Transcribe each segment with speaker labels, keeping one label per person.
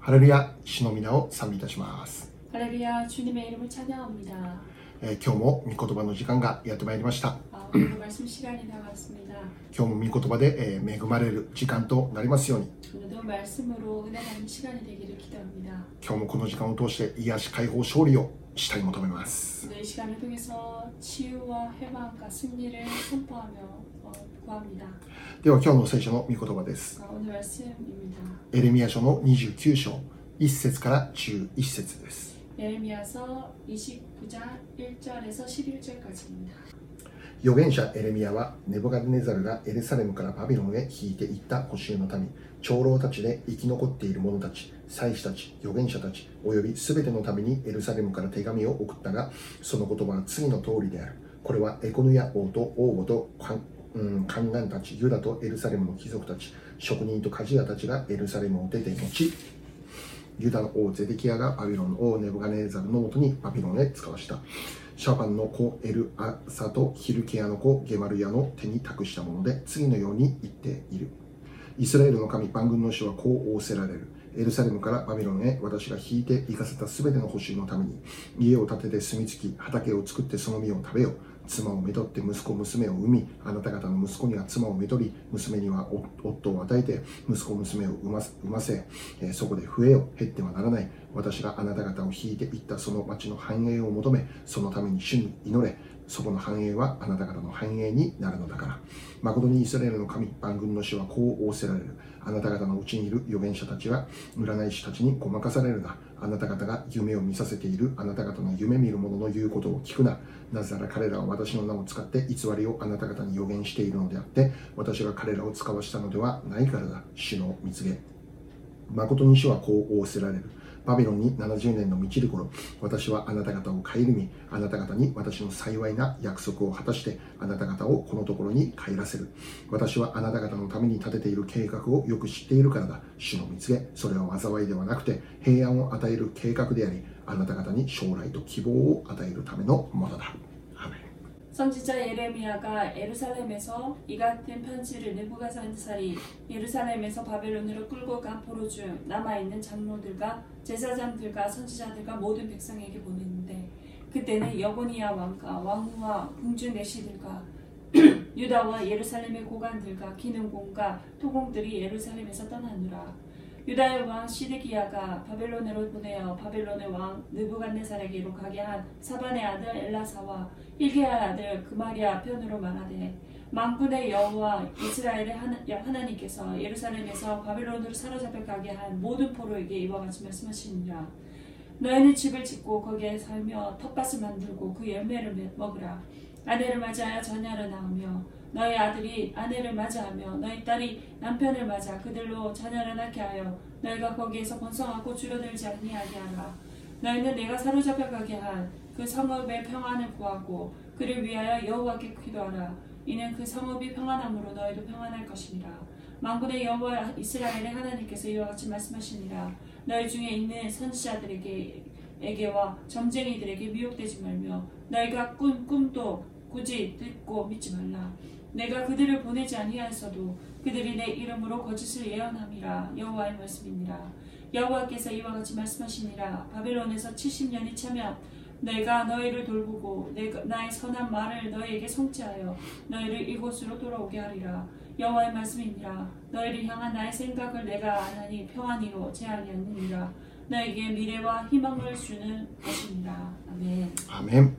Speaker 1: 할렐루야, 주의 이름을 찬미합니다.
Speaker 2: ハレルヤ주님의이름을찬양합니다
Speaker 1: えー今日も御言葉の時間がやってまいりました。
Speaker 2: 아, 오늘 말씀 시간이 나왔습니다.
Speaker 1: 今日も御言葉で、えー恵まれる時間となりますように、
Speaker 2: 오늘도 말씀으로 은혜받는 시간이 되기를 기도합니다.
Speaker 1: 今日もこの時間を通して癒し、解放、勝利をしたい求めます。
Speaker 2: 오늘 이 시간을 통해서 치유와 해방과 승리를 선포하며 어, 구합니다.
Speaker 1: では今日の聖書の御言葉です。
Speaker 2: 아, 오늘 말씀입니다.
Speaker 1: エレミヤ書の29章、1節から11節です。
Speaker 2: 예레미야서 29장 1절에서 11절까지입니다.
Speaker 1: 預言者エレミヤはネブカデネザルがエルサレムからバビロンへ引いていった補修の民長老たちで生き残っている者たち祭司たち預言者たちおよび全ての民にエルサレムから手紙を送ったがその言葉は次の通りであるこれはエコヌヤ王と王母とかんうん観覧たちユダとエルサレムの貴族たち職人と鍛冶屋たちがエルサレムを出て持ちユダの王ゼデキヤがバビロンの王ネブカネザルのもとにバビロンへ使わした。シャパンの子エルアサとヒルケアの子ゲマルヤの手に託したもので次のように言っている。イスラエルの神万軍の主はこう仰せられる。エルサレムからバビロンへ私が引いて行かせたすべての補修のために家を建てて住み着き畑を作ってその実を食べよ妻をめとって息子娘を産みあなた方の息子には妻をめとり娘には夫を与えて息子娘を産ませ産ませえーそこで増えよ減ってはならない私があなた方を引いていったその町の繁栄を求めそのために主に祈れそこの繁栄はあなた方の繁栄になるのだから誠にイスラエルの神万軍の主はこう仰せられるあなた方のうちにいる預言者たちは占い師たちにごまかされるなあなた方が夢を見させているあなた方の夢見る者の言うことを聞くななぜなら彼らは私の名を使って偽りをあなた方に予言しているのであって私が彼らを使わしたのではないからだ主の蜜げ誠に主はこう仰せられる。バビロンに70年の満ちる頃、私はあなた方を顧み、あなた方に私の幸いな約束を果たして、あなた方をこのところに帰らせる。私はあなた方のために立てている計画をよく知っているからだ。主の蜜げ、それは災いではなくて、平安を与える計画であり、あなた方に将来と希望を与えるためのものだ。アーメン
Speaker 2: 선지자 예레미야가 예루살렘에서 이 같은 편지를 느부갓네살이 예루살렘에서 바벨론으로 끌고 간 포로 중 남아 있는 장로들과 제사장들과 선지자들과 모든 백성에게 보냈는데 그때는 여고니아 왕과 왕후와 궁주 내시들과 유다와 예루살렘의 고관들과 기능공과 토공들이 예루살렘에서 떠나느라 유다의 왕 시드기야가 바벨론으로 보내어 바벨론의 왕 느부갓네살에게로 가게 한 사반의 아들 엘라사와 히게야 아들 그마리아 편으로 말하되 만군의 여호와 이스라엘의 하나, 여- 하나님께서 예루살렘에서 바벨론으로 사로잡혀 가게 한 모든 포로에게 이와 같이 말씀하시니라 너희는 집을 짓고 거기에 살며 텃밭을 만들고 그 열매를 매- 먹으라 아내를 맞이하여 자녀를 낳으며 너희 아들이 아내를 맞이하며 너희 딸이 남편을 맞아 그들로 자녀를 낳게 하여 너희가 거기에서 번성하고 줄어들지 아니하게 하라 너희는 내가 사로잡혀 가게 한 그 성읍의 평안을 구하고 그를 위하여 여호와께 기도하라. 이는 그 성읍이 평안함으로 너희도 평안할 것이니라. 만군의 여호와 이스라엘의 하나님께서 이와 같이 말씀하시니라. 너희 중에 있는 선지자들에게 에게와 점쟁이들에게 미혹되지 말며 너희가 꾼 꿈도 굳이 듣고 믿지 말라. 내가 그들을 보내지 아니하였어도 그들이 내 이름으로 거짓을 예언함이라 여호와의 말씀이니라. 여호와께서 이와 같이 말씀하시니라. 바벨론에서 70년이 차면 내가 너희를 돌보고 내가 나의 선한 말을 너희에게 성취하여 너희를 이곳으로 돌아오게 하리라 여호와의 말씀이니라 너희를 향한 나의 생각을 내가 아나니 평안이로 재앙이 아니니라 너에게 미래와 희망을 주는 것입니다 아멘
Speaker 1: アーメン、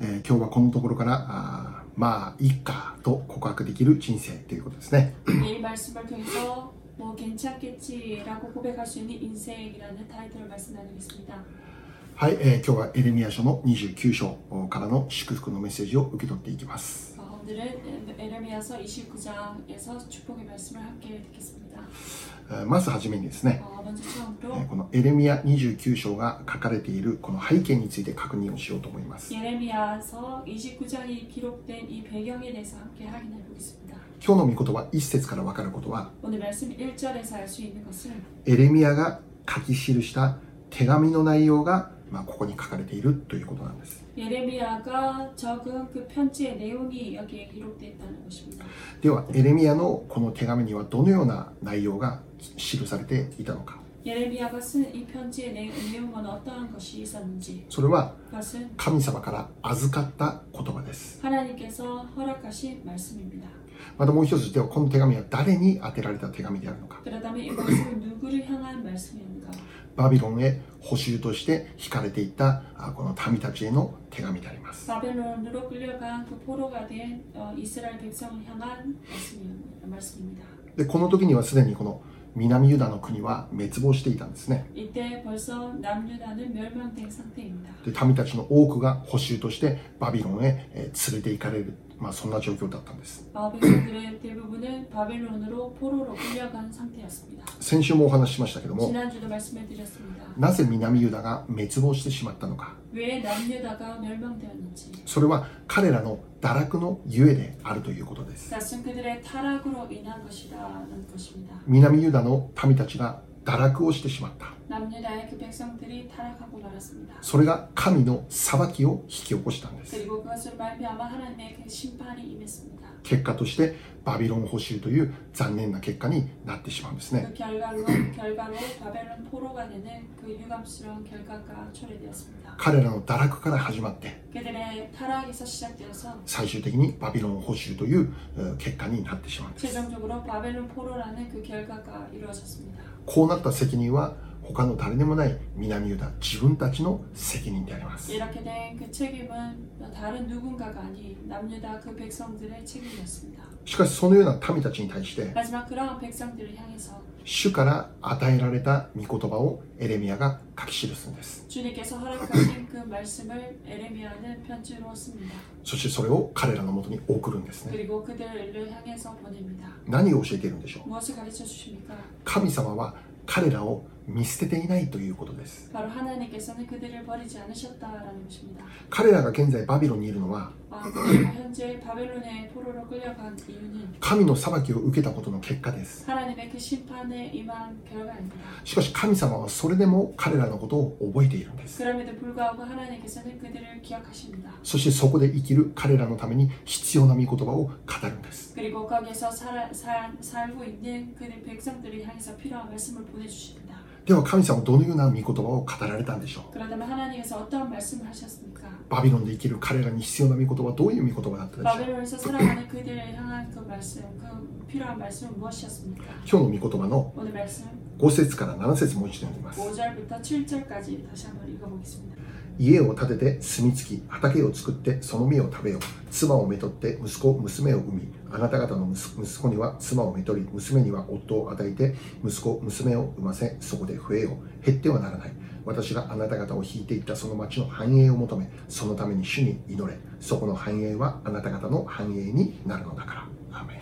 Speaker 1: えー今日はこのところからあーまあいいかと告白できる人生ということですね
Speaker 2: 이 말씀을 통해서 뭐 괜찮겠지라고 고백할 수 있는 인생이라는 타이틀을 말씀 나누겠습니다
Speaker 1: はい、えー今日はエレミヤ書の29章からの祝福のメッセージを受け取っていきます
Speaker 2: 어, 오늘은 에레미야서 29장에서 축복의 말씀을 함께 듣겠습니다
Speaker 1: えーまずはじめにですね
Speaker 2: 어, 먼저
Speaker 1: え
Speaker 2: 처음으로
Speaker 1: ーこのエレミヤ29章が書かれているこの背景について確認をしようと思います
Speaker 2: 예레미야서 29장이 기록된 이 배경에 대해서 함께 확인해 보겠습니다.
Speaker 1: 今日の御言葉1節から分かることは
Speaker 2: 오늘 말씀 1절에서 알 수 있는 것은
Speaker 1: エレミヤが書き記した手紙の内容が、まあ、ここに書かれているということなんです
Speaker 2: 예레미야가 적은 그 편지의 내용이 여기에 기록되어 있다는 것입니다.
Speaker 1: ではエレミヤのこの手紙にはどのような内容が記されていたのか
Speaker 2: 예레미야가 쓴 이 편지의 내- 내용은 어떠한 것이 있었는지
Speaker 1: それは
Speaker 2: 그것은
Speaker 1: 神様から預かった言葉です
Speaker 2: 하나님께서 허락하신 말씀입니다.
Speaker 1: またもう一つではこの手紙は誰に宛てられた手紙であるのか
Speaker 2: 그렇다면 이것은 누구를 향한 말씀입니까?
Speaker 1: バビロンへ補修として引かれていったあこの民たちへの手紙であります
Speaker 2: 바벨론으로 끌려간 그 포로가 된 어, 이스라엘 백성을 향한 말씀이- 말씀입니다.
Speaker 1: でこの時にはすでにこの南ユダの国は滅亡していたんですね
Speaker 2: 이때 벌써 남유다는 멸망된 상태입니다.
Speaker 1: で民たちの多くが補修としてバビロンへえー連れて行かれる、まあ、そんな状況だったんです
Speaker 2: 바벨론들의 대부분은 바벨론으로 포로로 끌려간 상태였습니다.
Speaker 1: 先週もお話ししましたけども
Speaker 2: 지난주도 말씀해드렸습니다.
Speaker 1: なぜ南ユダが滅亡してしまったのか
Speaker 2: 왜 남유다가 멸망되었는지
Speaker 1: それは彼らの堕落のゆえであるということです
Speaker 2: 그것은 그들의 타락으로 인한 것이라는 것입니다.
Speaker 1: 南ユダの民たちが堕落をしてしまった
Speaker 2: 남유다의 그 백성들이 타락하고 말았습니다.
Speaker 1: それが神の裁きを引き起こしたんです
Speaker 2: 그리고 그것을 말미암아 하나님의 그 심판이 임했습니다.
Speaker 1: 結果としてバビロン捕囚という残念な結果になってしまうんですね
Speaker 2: 그 결과로 결과로 바벨론 포로가 되는 그 유감스러운 결과가 초래되었습니다.
Speaker 1: 彼らの堕落から始まって
Speaker 2: 그들의 타락에서 시작되어서
Speaker 1: 最終的にバビロン捕囚というえー結果になってしまうんです
Speaker 2: 최종적으로 바벨론 포로라는 그 결과가 이루어졌습니다.
Speaker 1: こうなった責任は他の誰でもない南ユダ自分たちの責任であります
Speaker 2: 이렇게 된 그 책임은 다른 누군가가 아닌 남유다 그 백성들의 책임이었습니다.
Speaker 1: しかしそのような民たちに対して
Speaker 2: 하지만 그러한 백성들을 향해서
Speaker 1: 主から与えられた御言葉をエレミアが書き記すんです
Speaker 2: 주님께서 허락하신 그 말씀을 에레미야는 편지로 씁니다.
Speaker 1: そしてそれを彼らのもとに送るんですね
Speaker 2: 그리고 그들을 향해서 보냅니다.
Speaker 1: 何を教えているんでしょう
Speaker 2: 무엇을 가르쳐 주십니까?
Speaker 1: 神様は彼らを見捨てていないということです
Speaker 2: 바로 하나님께서는 그들을 버리지 않으셨다라는 것입니다.
Speaker 1: 彼らが現在バビロンにいるのは
Speaker 2: 아, 그리고 현재 바벨론의 포로로 끌려간 이유는
Speaker 1: 神の裁きを受けたことの結果です
Speaker 2: 하나님의 그 심판에 임한 결과입니다.
Speaker 1: しかし神様はそれでも彼らのことを覚えているんです
Speaker 2: 그럼에도 불구하고 하나님께서는 그들을 기억하십니다.
Speaker 1: そしてそこで生きる彼らのために必要な御言葉を語るんです
Speaker 2: 그리고 거기에서 살, 살, 살고 있는 그들 백성들을 향해서 필요한 말씀을 보내주십니다.
Speaker 1: では神様はどのような御言葉を語られたんでしょう
Speaker 2: 그러다면 하나님께서 어떠한 말씀을 하셨습니까?
Speaker 1: バビロンで生きる彼らに必要な御言葉はどういう御言葉だったでしょう
Speaker 2: 바벨론에서 살아가는 그들을 향한 그 말씀, 그 필요한 말씀은 무엇이었습니까?
Speaker 1: 今日の御言葉の
Speaker 2: 오늘 말씀
Speaker 1: 5節から7節もう一度読みます
Speaker 2: 5절부터 7절까지 다시 한번 읽어보겠습니다.
Speaker 1: 家を建てて住み着き畑を作ってその実を食べよう妻をめとって息子娘を産みあなた方の息息子には妻をめとり娘には夫を与えて息子娘を産ませそこで増えよう減ってはならない私があなた方を引いていったその町の繁栄を求めそのために主に祈れそこの繁栄はあなた方の繁栄になるのだからアーメン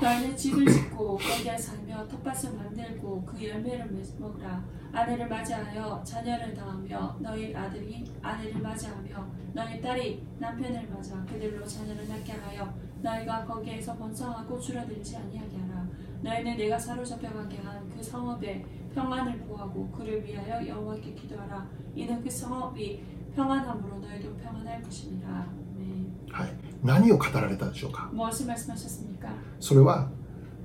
Speaker 2: 너희는 집을 짓고 거기에 살며 텃밭을 만들고 그 열매를 맺- 먹으라 아내를 맞이하여 자녀를 낳으며 너희 아들이 아내를 맞이하며 너희 딸이 남편을 맞아 그들로 자녀를 낳게 하여 너희가 거기에서 번성하고 줄어들지 아니하게 하라 너희는 내가 사로잡혀가게 한 그 성읍에 평안을 구하고 그를 위하여 여호와께 기도하라 이는 그 성읍이 평안함으로 너희도 평안할 것이니라 아멘.
Speaker 1: はい何を語られたでしょうか
Speaker 2: 무엇을 말씀하셨습니까?
Speaker 1: それは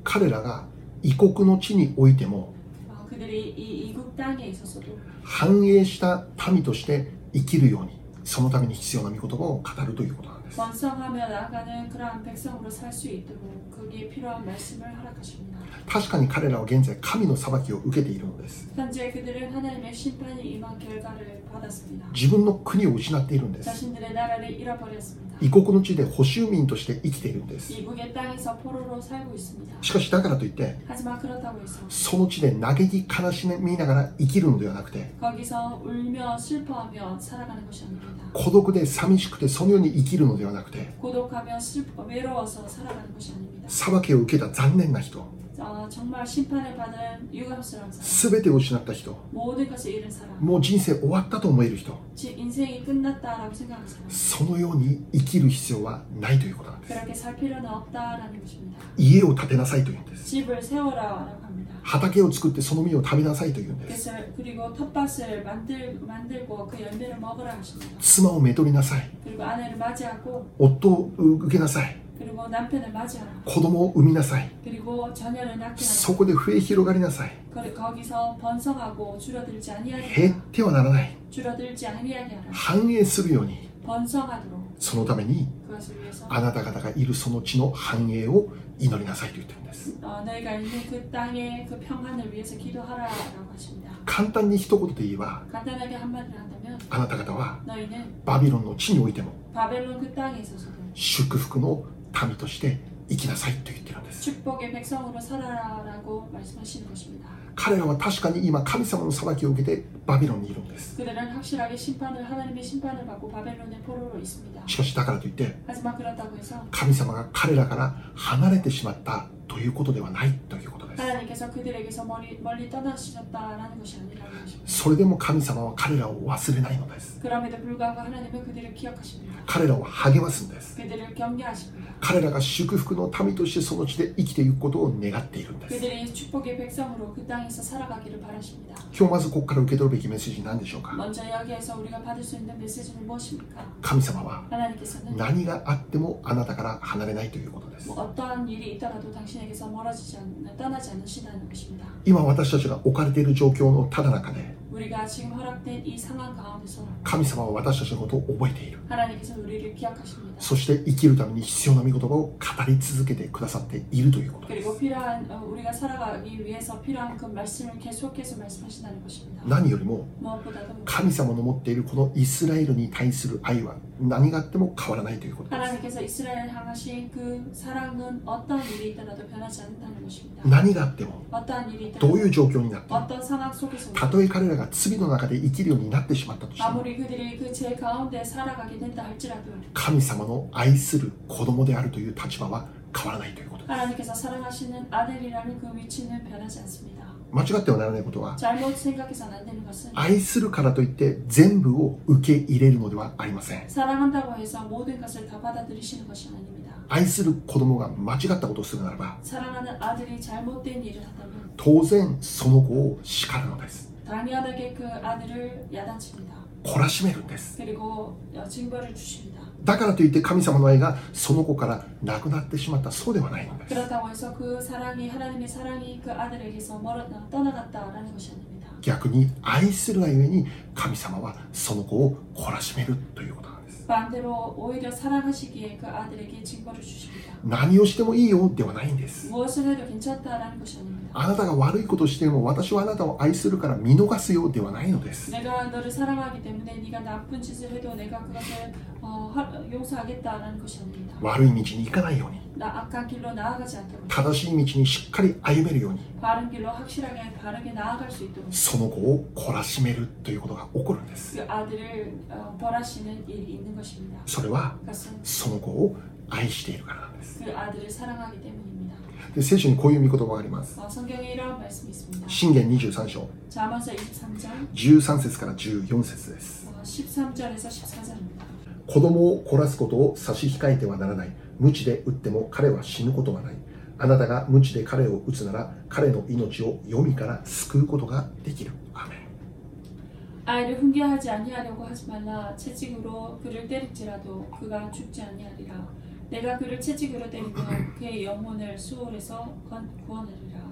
Speaker 1: 彼らが異国の地においても
Speaker 2: 어, 그들이 이 이국 땅에 있어서도
Speaker 1: 繁栄した民として生きるようにそのために必要な御言葉を語るということなんです
Speaker 2: 번성하며 나아가는 그러한 백성으로 살 수 있도록 거기에 필요한 말씀을 허락하십니다.
Speaker 1: 確かに彼らは現在神の裁きを受けているのです
Speaker 2: 현재 그들은 하나님의 심판이 임한 결과를 받았습니다.
Speaker 1: 自分の国を失っているんです
Speaker 2: 자신들의 나라를 잃어버렸습니다.
Speaker 1: 異国の地で補修民として生きているんです
Speaker 2: 이국의 땅에서 포로로 살고 있습니다.
Speaker 1: しかしだからといって
Speaker 2: 하지만 그렇다고 해서
Speaker 1: その地で嘆き悲しみながら生きるのではなくて
Speaker 2: 거기서 울며 슬퍼하며 살아가는 것이 아닙니다.
Speaker 1: 孤独で寂しくてそのように生きるのではなくて
Speaker 2: 고독하며 슬퍼, 외로워서 살아가는 것이 아닙니다.
Speaker 1: 裁きを受けた残念な人
Speaker 2: 어, 정말 심판을 받은 유감스러운 사람,
Speaker 1: 全てを失った人
Speaker 2: 모든 것을 잃은 사람,
Speaker 1: もう人生終わったと思える人
Speaker 2: 지- 인생이 끝났다라고 생각하는 사람,
Speaker 1: そのように生きる必要はないということなんです
Speaker 2: 그렇게 살 필요는 없다라는 것입니다.
Speaker 1: 家を建てなさいというんです
Speaker 2: 집을 세워라라고 합니다.
Speaker 1: 畑を作ってその実を食べなさいというんです
Speaker 2: 그것을 그리고 텃밭을 만들 만들고 그 열매를 먹으라 하십니다.
Speaker 1: 妻をめとりなさい
Speaker 2: 그리고 아내를 맞이하고
Speaker 1: 夫を受けなさい
Speaker 2: 그리고 남편을 맞이하라.
Speaker 1: 子供を産みなさい
Speaker 2: 그리고 자녀를 낳게
Speaker 1: そ
Speaker 2: 하라. 그,
Speaker 1: こで増え広がりなさい
Speaker 2: 거기- 거기서 번성하고 줄어들지 아니하게
Speaker 1: 減っ
Speaker 2: 하라.
Speaker 1: てはならない
Speaker 2: 줄어들지 아니하게 하라.
Speaker 1: 繁栄するように
Speaker 2: 번성하도록
Speaker 1: そのために
Speaker 2: 그것을 위해서
Speaker 1: あなた方がいるその地の繁栄を祈りなさいと言ってるんです
Speaker 2: 어, 너희가 있는 그 땅의 그 평안을 위해서 기도하라라고 하십니다.
Speaker 1: 簡単に一言で言えば
Speaker 2: 간단하게 한마디로 한다면
Speaker 1: あなた方は
Speaker 2: 너희는
Speaker 1: バビロンの地においても
Speaker 2: 바벨론 그 땅에 있어서도
Speaker 1: 祝福の民として生きなさいと言ってるんです
Speaker 2: 축복의 백성으로 살아라라고 말씀하시는 것입니다.
Speaker 1: 彼らは確かに今神様の裁きを受けてバビロンにいるんです
Speaker 2: 그들은 확실하게 심판을 하나님의 심판을 받고 바벨론의 포로로 있습니다.
Speaker 1: しかしだからといって
Speaker 2: 하지만 그렇다고 해서
Speaker 1: 神様が彼らから離れてしまったということではないということです
Speaker 2: 하나님께서 그들에게서 멀리, 멀리 떠나시셨다라는 것이 아니라는 것입니다.
Speaker 1: それでも神様は彼らを忘れないのです
Speaker 2: 그럼에도 불구하고 하나님은 그들을 기억하십니다.
Speaker 1: 彼らを励ますんです
Speaker 2: 그들을 격려하십니다.
Speaker 1: 彼らが祝福の民としてその地で生きていくことを願っているんです
Speaker 2: 그들이 축복의 백성으로 그 땅에서 살아가기를 바라십니다.
Speaker 1: 今日まずここから受け取るべきメッセージ何でしょうか
Speaker 2: 먼저 여기에서 우리가 받을 수 있는 메시지는 무엇입니까?
Speaker 1: 神様は
Speaker 2: 하나님께서는
Speaker 1: 何があってもあなたから離れないということです
Speaker 2: 뭐 어떠한 일이 있더라도 당신에게서 멀어지지 않는 떠나지 않으시다는 것입니다.
Speaker 1: 今私たちが置かれている状況のただ中で
Speaker 2: 우리가 지금 허락된 이 상황 가운데서
Speaker 1: 神様は私たちのことを覚えている
Speaker 2: 하나님께서 우리를 기억하십니다.
Speaker 1: そして生きるために必要な御言葉を語り続けてくださっているということです
Speaker 2: 그리고 필요한 어, 우리가 살아가기 위해서 필요한 그 말씀을 계속해서 말씀하신다는 것입니다.
Speaker 1: 何よりも
Speaker 2: 무엇보다도
Speaker 1: 神様の持っているこのイスラエルに対する愛は何があっても変わらないということです
Speaker 2: 하나님께서 이스라엘을 향하신 그 사랑은 어떠한 일이 있더라도 변하지 않는다는 것입니다.
Speaker 1: 何があっても
Speaker 2: 어떠한 일이
Speaker 1: どういう
Speaker 2: 있더라도
Speaker 1: 状況になっても
Speaker 2: 어떤 상황 속에서
Speaker 1: たとえ彼らが罪の中で生きるようになってしまったとしても
Speaker 2: 아무리 그들이 그 죄 가운데 살아가게 된다 할지라도
Speaker 1: 神様の愛する子供であるという立場は変わらないということです
Speaker 2: 하나님께서 사랑하시는 아들이라는 그 위치는 변하지 않습니다.
Speaker 1: 間違ってはならないことは
Speaker 2: 잘못 생각해서는 안 되는 것은
Speaker 1: 愛するからといって全部を受け入れるのではありません
Speaker 2: 사랑한다고 해서 모든 것을 다 받아들이시는 것이 아닙니다.
Speaker 1: 愛する子供が間違ったことをするならば
Speaker 2: 사랑하는 아들이 잘못된 일을 하다면
Speaker 1: 当然その子を叱るのです
Speaker 2: 당연하게 그 아들을 야단칩니다.
Speaker 1: 懲らしめるんです
Speaker 2: 그리고 어, 징벌을 주십니다.
Speaker 1: だからといって神様の愛がその子からなくなってしまったそうではないのです
Speaker 2: 그렇다고 해서 그 사랑이 하나님의 사랑이 그 아들에게서 멀어 떠나갔다라는 것이 아닙니다.
Speaker 1: 逆に愛するがゆえに神様はその子を懲らしめるということなんです
Speaker 2: 반대로 오히려 사랑하시기에 그 아들에게 징벌을 주십니다.
Speaker 1: 何をしてもいいよではないんです
Speaker 2: 무엇을 해도 괜찮다라는 것이 아닙니다.
Speaker 1: あなたが悪いことをしても私はあなたを愛するから見逃すよではないのです
Speaker 2: 내가 너를 사랑하기 때문에 네가 나쁜 짓을 해도 내가 그것을 어, 하- 용서하겠다라는 것이 아닙니다.
Speaker 1: 悪い道に行かないように
Speaker 2: 나 악한 길로 나아가지 않도록
Speaker 1: 正しい道にしっかり歩めるように
Speaker 2: 바른 길로 확실하게 바르게 나아갈 수 있도록
Speaker 1: その子を懲らしめるということが起こるんです
Speaker 2: 그 아들을 어, 벌하시는 일이 있는 것입니다.
Speaker 1: それは
Speaker 2: 그것은
Speaker 1: その子を愛しているからなんです
Speaker 2: 그 아들을 사랑하기 때문입니다.
Speaker 1: で聖書にこういう見言葉があります
Speaker 2: 어, 성경에 이러한 말씀이 있습니다.
Speaker 1: 信玄23章
Speaker 2: 잠언서 23장
Speaker 1: 13節から14節です
Speaker 2: 어, 13절에서 14절입니다.
Speaker 1: 子供を懲らすことを差し控えてはならない無知で打っても彼は死ぬことはないあなたが無知で彼を打つなら彼の命を闇から救うことができるアーメン
Speaker 2: 아이를 훈계하지 아니하려고 하지 말라 채찍으로 그를 때릴지라도 그가 죽지 아니하리라 내가 그를 채찍으로 때리면 그의 영혼을 수월에서 건- 구원하리라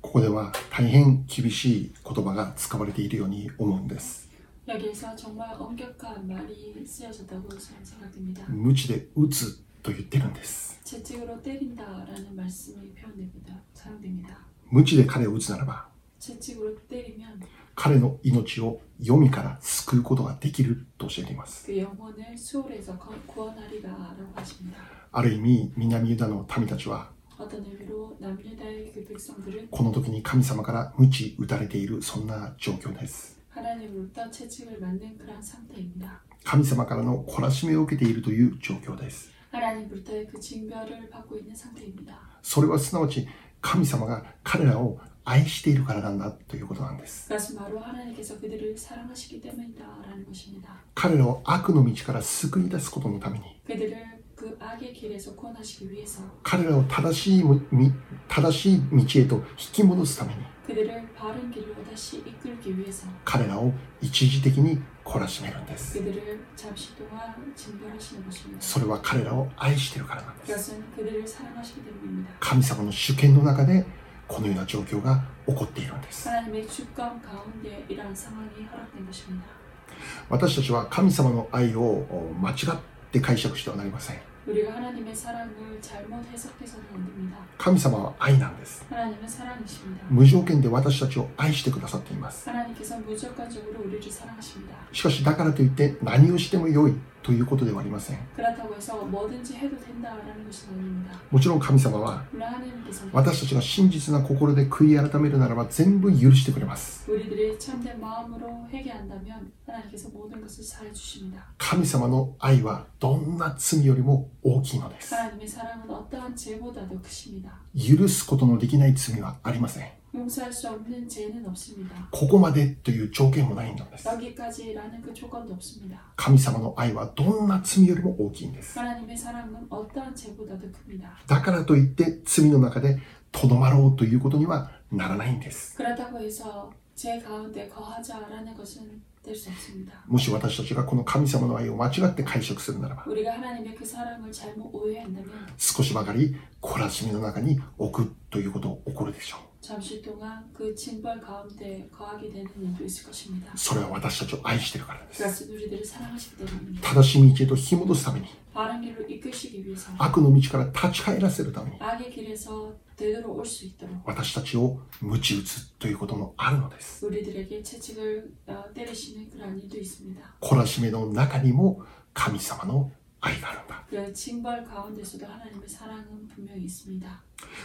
Speaker 1: ここでは大変厳しい言葉が使われているように思うんです
Speaker 2: 여기에서 정말 엄격한 말이 쓰여졌다고 저는 생각됩니다
Speaker 1: 無知で打つと言ってるんです
Speaker 2: 채찍으로 때린다라는 말씀이 표현됩니다 사용됩니다
Speaker 1: 無知で彼を打つならば
Speaker 2: 채찍으로 때리면
Speaker 1: 彼の命を闇から救うことができると教えています
Speaker 2: 그 영혼을 수월에서 건- 구원하리라라고 하십니다
Speaker 1: ある意味南ユダの民たちは
Speaker 2: 어떤 의미로 남유다의 그 백성들은
Speaker 1: この時に神様から鞭打たれているそんな状況です
Speaker 2: 하나님으로부터 채찍을 맞는 그런 상태입니다
Speaker 1: 神様からの懲らしめを受けているという状況です
Speaker 2: 하나님으로부터의 그 징벌을 받고 있는 상태입니다.
Speaker 1: それはすなわち神様が彼らを愛しているからなんだということなんです
Speaker 2: 그것은 바로 하나님께서 그들을 사랑하시기 때문이다라는 것입니다.
Speaker 1: 彼らを悪の道から救い出すことのために
Speaker 2: 그들을 그 악의 길에서 구원하시기 위해서
Speaker 1: 彼らを正しいむみ正しい道へと引き戻すために
Speaker 2: 그들을 바른 길로 다시 이끌기 위해서
Speaker 1: 彼らを一時的に懲らしめるんです
Speaker 2: 그들을 잠시 동안 징벌하시는 것입니다.
Speaker 1: それは彼らを愛しているからなんです
Speaker 2: 그것은 그들을 사랑하시기 때문입니다.
Speaker 1: 神様の主権の中でこのような状況が起こっているんです
Speaker 2: 하나님의 주권 가운데 이러한 상황이 허락된 것입니다.
Speaker 1: 私たちは神様の愛をお間違って解釈してはなりません
Speaker 2: 우리가 하나님의 사랑을 잘못 해석해서는 안 됩니다.
Speaker 1: 神様は愛なんです
Speaker 2: 하나님은 사랑이십니다.
Speaker 1: 無条件で私たちを愛してくださっています
Speaker 2: 하나님께서 무조건적으로 우리를 사랑하십니다.
Speaker 1: しかしだからといって何をしても良いということではありません
Speaker 2: 그렇다고 해서 뭐든지 해도 된다라는 것이 아닙니다.
Speaker 1: もちろん神様は
Speaker 2: 물론 하나님께서는
Speaker 1: 私たちが真実な心で悔い改めるならば全部許してくれます
Speaker 2: 우리들이 참된 마음으로 회개한다면 하나님께서 모든 것을 사해 주십니다.
Speaker 1: 神様の愛はどんな罪よりも大きいのです
Speaker 2: 하나님의 사랑은 어떠한 죄보다도 크십니다.
Speaker 1: 許すことのできない罪はありません
Speaker 2: 용서할 수 없는 죄는 없습니다.
Speaker 1: ここまでという条件もないんです。
Speaker 2: 여기까지라는 그 조건도 없습니다.
Speaker 1: 神様の愛はどんな罪よりも大きいんです。
Speaker 2: 하나님의 사랑은 어떠한 죄보다도 큽니다.
Speaker 1: だからといって罪の中でとどまろうということにはならないんです。
Speaker 2: 그렇다고 해서 죄 가운데 거하자라는 것은 될 수 없습니다.
Speaker 1: もし私たちがこの神様の愛を間違って解釈するならば、
Speaker 2: 우리가 하나님의 그 사랑을 잘못 오해한다면
Speaker 1: 少しばかり懲らしみの中に置くということ起こるでしょ
Speaker 2: 잠시 동안 그 징벌 가운데 거하게 되는 일도 있을 것입니다.
Speaker 1: う。それは私たちを愛しているからです。
Speaker 2: 그것은 우리들을 사랑하시기 때문입니다.
Speaker 1: 正しい道へと引き戻すために、
Speaker 2: 바른 길로 이끄시기 위해서
Speaker 1: 悪の道から立ち返らせるために、
Speaker 2: 악의 길에서 되돌아올 수 있도록
Speaker 1: 私たちを鞭打つということもあるのです。
Speaker 2: 우리들에게 채찍을 어, 때리시는 그런 일도 있습니다.
Speaker 1: 懲らしめの中にも神様の愛があるんだ。
Speaker 2: 그 징벌 가운데서도 하나님의 사랑은 분명히 있습니다.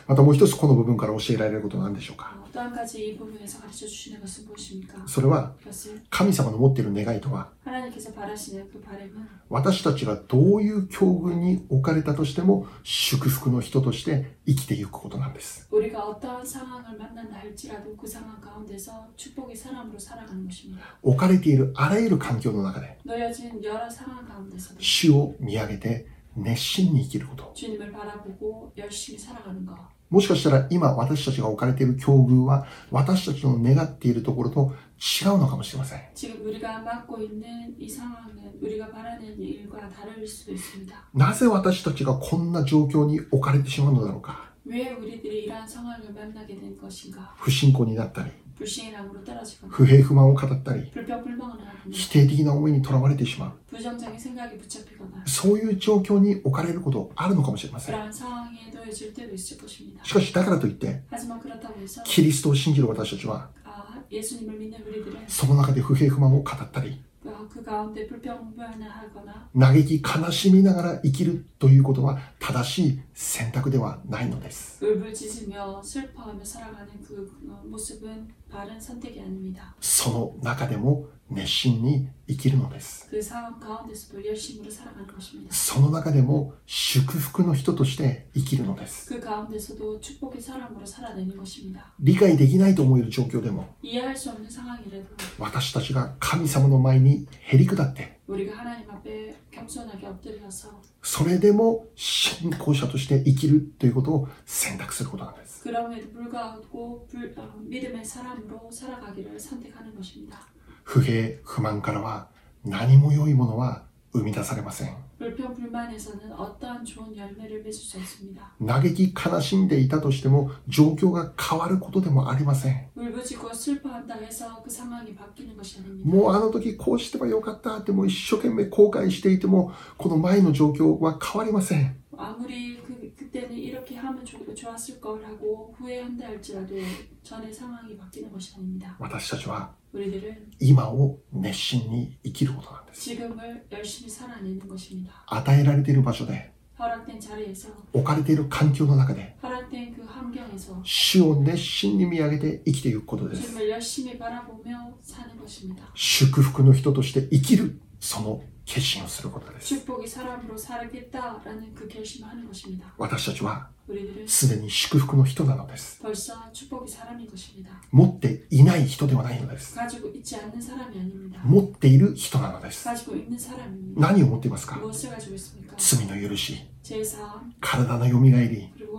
Speaker 1: またもう一つこの部分から教えられることは何でしょうか
Speaker 2: 어, 또 한 가지 이 부분에서 가르쳐 주시는 것은 무엇입니까?
Speaker 1: それは
Speaker 2: 그것은
Speaker 1: 神様の持っている願いとは
Speaker 2: 하나님께서 바라시는 그 바람은
Speaker 1: 私たちがどういう境遇に置かれたとしても祝福の人として生きていくことなんです
Speaker 2: 우리가 어떠한 상황을 만난다 할지라도 그 상황 가운데서 축복의 사람으로 살아가는 것입니다.
Speaker 1: 置かれているあらゆる環境の中で
Speaker 2: 놓여진 여러 상황 가운데서도
Speaker 1: 主を見上げて熱心に生きること
Speaker 2: 주님을 바라보고 열심히 살아가는 것.
Speaker 1: もしかしたら今私たちが置かれている境遇は私たちの願っているところと違うのかもしれません
Speaker 2: 지금 우리가 맡고 있는 이 상황은 우리가 바라는 일과 다를 수도 있습니다.
Speaker 1: なぜ私たちがこんな状況に置かれてしまうのだろうか
Speaker 2: 왜 우리들이 이러한 상황을 만나게 된 것인가?
Speaker 1: 不信仰になったり
Speaker 2: 불신함으로 떨어지거나
Speaker 1: 不平不満を語ったり
Speaker 2: 불평불만을 하거나
Speaker 1: 否定的な思いにとらわれてしまう
Speaker 2: 부정적인 생각에 붙잡히거나
Speaker 1: そういう状況に置かれることあるのかもしれません。
Speaker 2: 그러한 상황에 놓여질 때도 있을 것입니다.
Speaker 1: しかしだからといって、
Speaker 2: 하지만 그렇다고 해서
Speaker 1: キリストを信じる私たちは、
Speaker 2: 아, 예수님을 믿는 우리들은
Speaker 1: その中で不平不満を語ったり、
Speaker 2: 어, 그 가운데 불평불만을 하거나
Speaker 1: 嘆き悲しみながら生きるということは正しい選択ではないのです。
Speaker 2: 울부짖으며 슬퍼하며 살아가는 그 어, 모습은 바른 선택이 아닙니다.
Speaker 1: その中でも熱心に生きるのです。
Speaker 2: 그 상황 가운데서도 열심으로 살아가는 것입니다.
Speaker 1: その中でも祝福の人として生きるのです。
Speaker 2: 그 가운데서도 축복의 사람으로 살아내는 것입니다.
Speaker 1: 理解できないと思える状況でも、
Speaker 2: 이해할 수 없는 상황이라도
Speaker 1: 私たちが神様の前にへり下って、
Speaker 2: 우리가 하나님 앞에 겸손하게 엎드려서
Speaker 1: それでも信仰者として生きるということを選択することなんです。
Speaker 2: 그럼에도 불구하고 불- 어, 믿음의 사람으로 살아가기를 선택하는 것입니다.
Speaker 1: 不平不満からは何も良いものは生み出されません
Speaker 2: 불평 불만에서는 어떠한 좋은 열매를 맺을 수 없습니다.
Speaker 1: 嘆き悲しんでいたとしても状況が変わることでもありません
Speaker 2: 울부짖고 슬퍼한다 해서 그 상황이 바뀌는 것이 아닙니다.
Speaker 1: もうあの時こうしてばよかったってもう一生懸命後悔していてもこの前の状況は変わりません
Speaker 2: 아무리 그, 그때는 이렇게 하면 좋, 좋았을 걸 하고 후회한다 할지라도 전의 상황이 바뀌는 것이 아닙니다.
Speaker 1: 私たちは
Speaker 2: 우리들은
Speaker 1: 今を熱心に生きることなんです
Speaker 2: 지금을 열심히 살아내는 것입니다.
Speaker 1: 与えられている場所で
Speaker 2: 허락된 자리에서
Speaker 1: 置かれている環境の中で
Speaker 2: 허락된 그 환경에서
Speaker 1: 主を熱心に見上げて生きていくことです
Speaker 2: 주님을 열심히 바라보며 사는 것입니다.
Speaker 1: 祝福の人として生きるその決心をすることです
Speaker 2: 축복이 사람으로 살겠다라는 그 결심을 하는 것입니다.
Speaker 1: 私たちは
Speaker 2: 우리들은
Speaker 1: すでに祝福の人なのです
Speaker 2: 벌써 축복이 사람인 것입니다.
Speaker 1: 持っていない人ではないのです
Speaker 2: 가지고 있지 않는 사람이 아닙니다.
Speaker 1: 持っている人なのです
Speaker 2: 가지고 있는 사람입니다.
Speaker 1: 何を持っていますか
Speaker 2: 무엇을 가지고 있습니까?
Speaker 1: 罪の許し
Speaker 2: 제사
Speaker 1: 体のよみがえり
Speaker 2: 그리고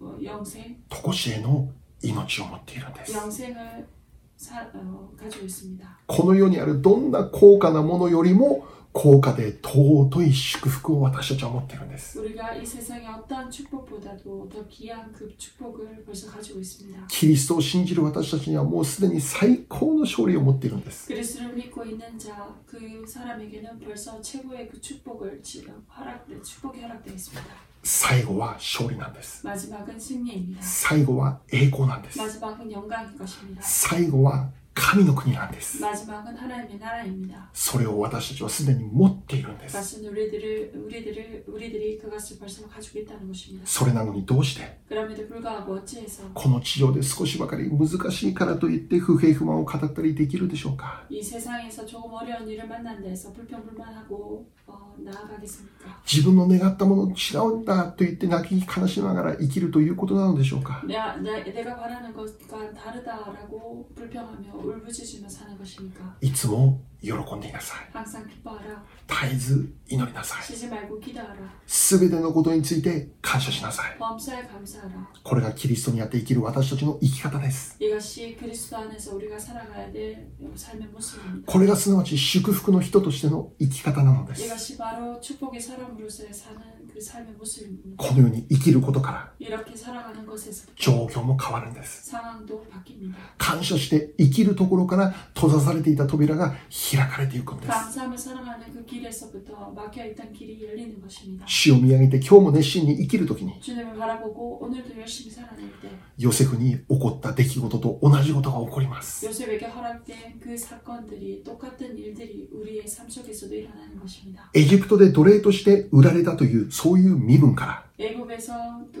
Speaker 2: 어, 영- 영생,
Speaker 1: 常しえの命を持っているんです
Speaker 2: 영생을 사- 어, 가지고 있습니다.
Speaker 1: この世にあるどんな高価なものよりも高価で尊い祝福を私たちは持っているんです
Speaker 2: 우리가 이 세상의 어떠한 축복보다도 더 귀한 그 축복을 벌써 가지고 있습니다.
Speaker 1: キリストを信じる私たちにはもうすでに最高の勝利を持っているんです
Speaker 2: 그리스도를 믿고 있는 자, 그 사람에게는 벌써 최고의 그 축복을 지금 허락돼 축복이 허락되어 있습니다.
Speaker 1: 最後は勝利なんです
Speaker 2: 마지막은 승리입니다.
Speaker 1: 最後は栄光なんです
Speaker 2: 마지막은 영광인 것입니다.
Speaker 1: 最後は神の国なんです
Speaker 2: 마지막은 하나님의 나라입니다.
Speaker 1: それを私たちはすでに持っているんです
Speaker 2: 그것은 우리들을 우리들을 우리들이 그것을 벌써 가지고 있다는 것입니다.
Speaker 1: それなのにどうして
Speaker 2: 그럼에도 불구하고 어찌해서
Speaker 1: この地上で少しばかり難しいからといって不平不満を語ったりできるでしょうか
Speaker 2: 이 세상에서 조금 어려운 일을 만난 데에서 불평불만하고 어, 나아가겠습니까?
Speaker 1: 自分の願ったものと違うんだと言って泣き悲しみながら生きるということなのでしょうか
Speaker 2: 내, 내, 내가 바라는 것과 다르다라고 불평하며 울부짖으며 사는 것입니까?
Speaker 1: いつも喜んでいなさい
Speaker 2: 항상 기뻐하라.
Speaker 1: 絶えず祈りなさい
Speaker 2: 쉬지 말고 기도하라.
Speaker 1: すべてのことについて感謝しなさい
Speaker 2: 범사에 감사하라.
Speaker 1: これがキリストにあって生きる私たちの生き方です
Speaker 2: 이것이 그리스도 안에서 우리가 살아가야 될 삶의 모습입니다.
Speaker 1: これがすなわち祝福の人としての生き方なのです
Speaker 2: 이것이 바로 축복의 사람으로서의 사는 그 삶의 모습입니다.
Speaker 1: このように生きることから
Speaker 2: 이렇게 살아가는 것에서
Speaker 1: 状況も変わるんです
Speaker 2: 상황도 바뀝니다.
Speaker 1: 感謝して生きるところから閉ざされていた扉が開かれていくんです
Speaker 2: 감사함을 살아가는 그 길에서부터 막혀있던 길이 열리는 것입니다.
Speaker 1: 死を見上げて今日も熱心に生きるときに
Speaker 2: 주님을 바라보고 오늘도 열심히 살아낼 때
Speaker 1: ヨセフに起こった出来事と同じことが起こります
Speaker 2: 요셉에게 허락된 그 사건들이 똑같은 일들이 우리의 삶 속에서도 일어나는 것입니다.
Speaker 1: エジプトで奴隷として売られたというそういう身分から
Speaker 2: 애굽에서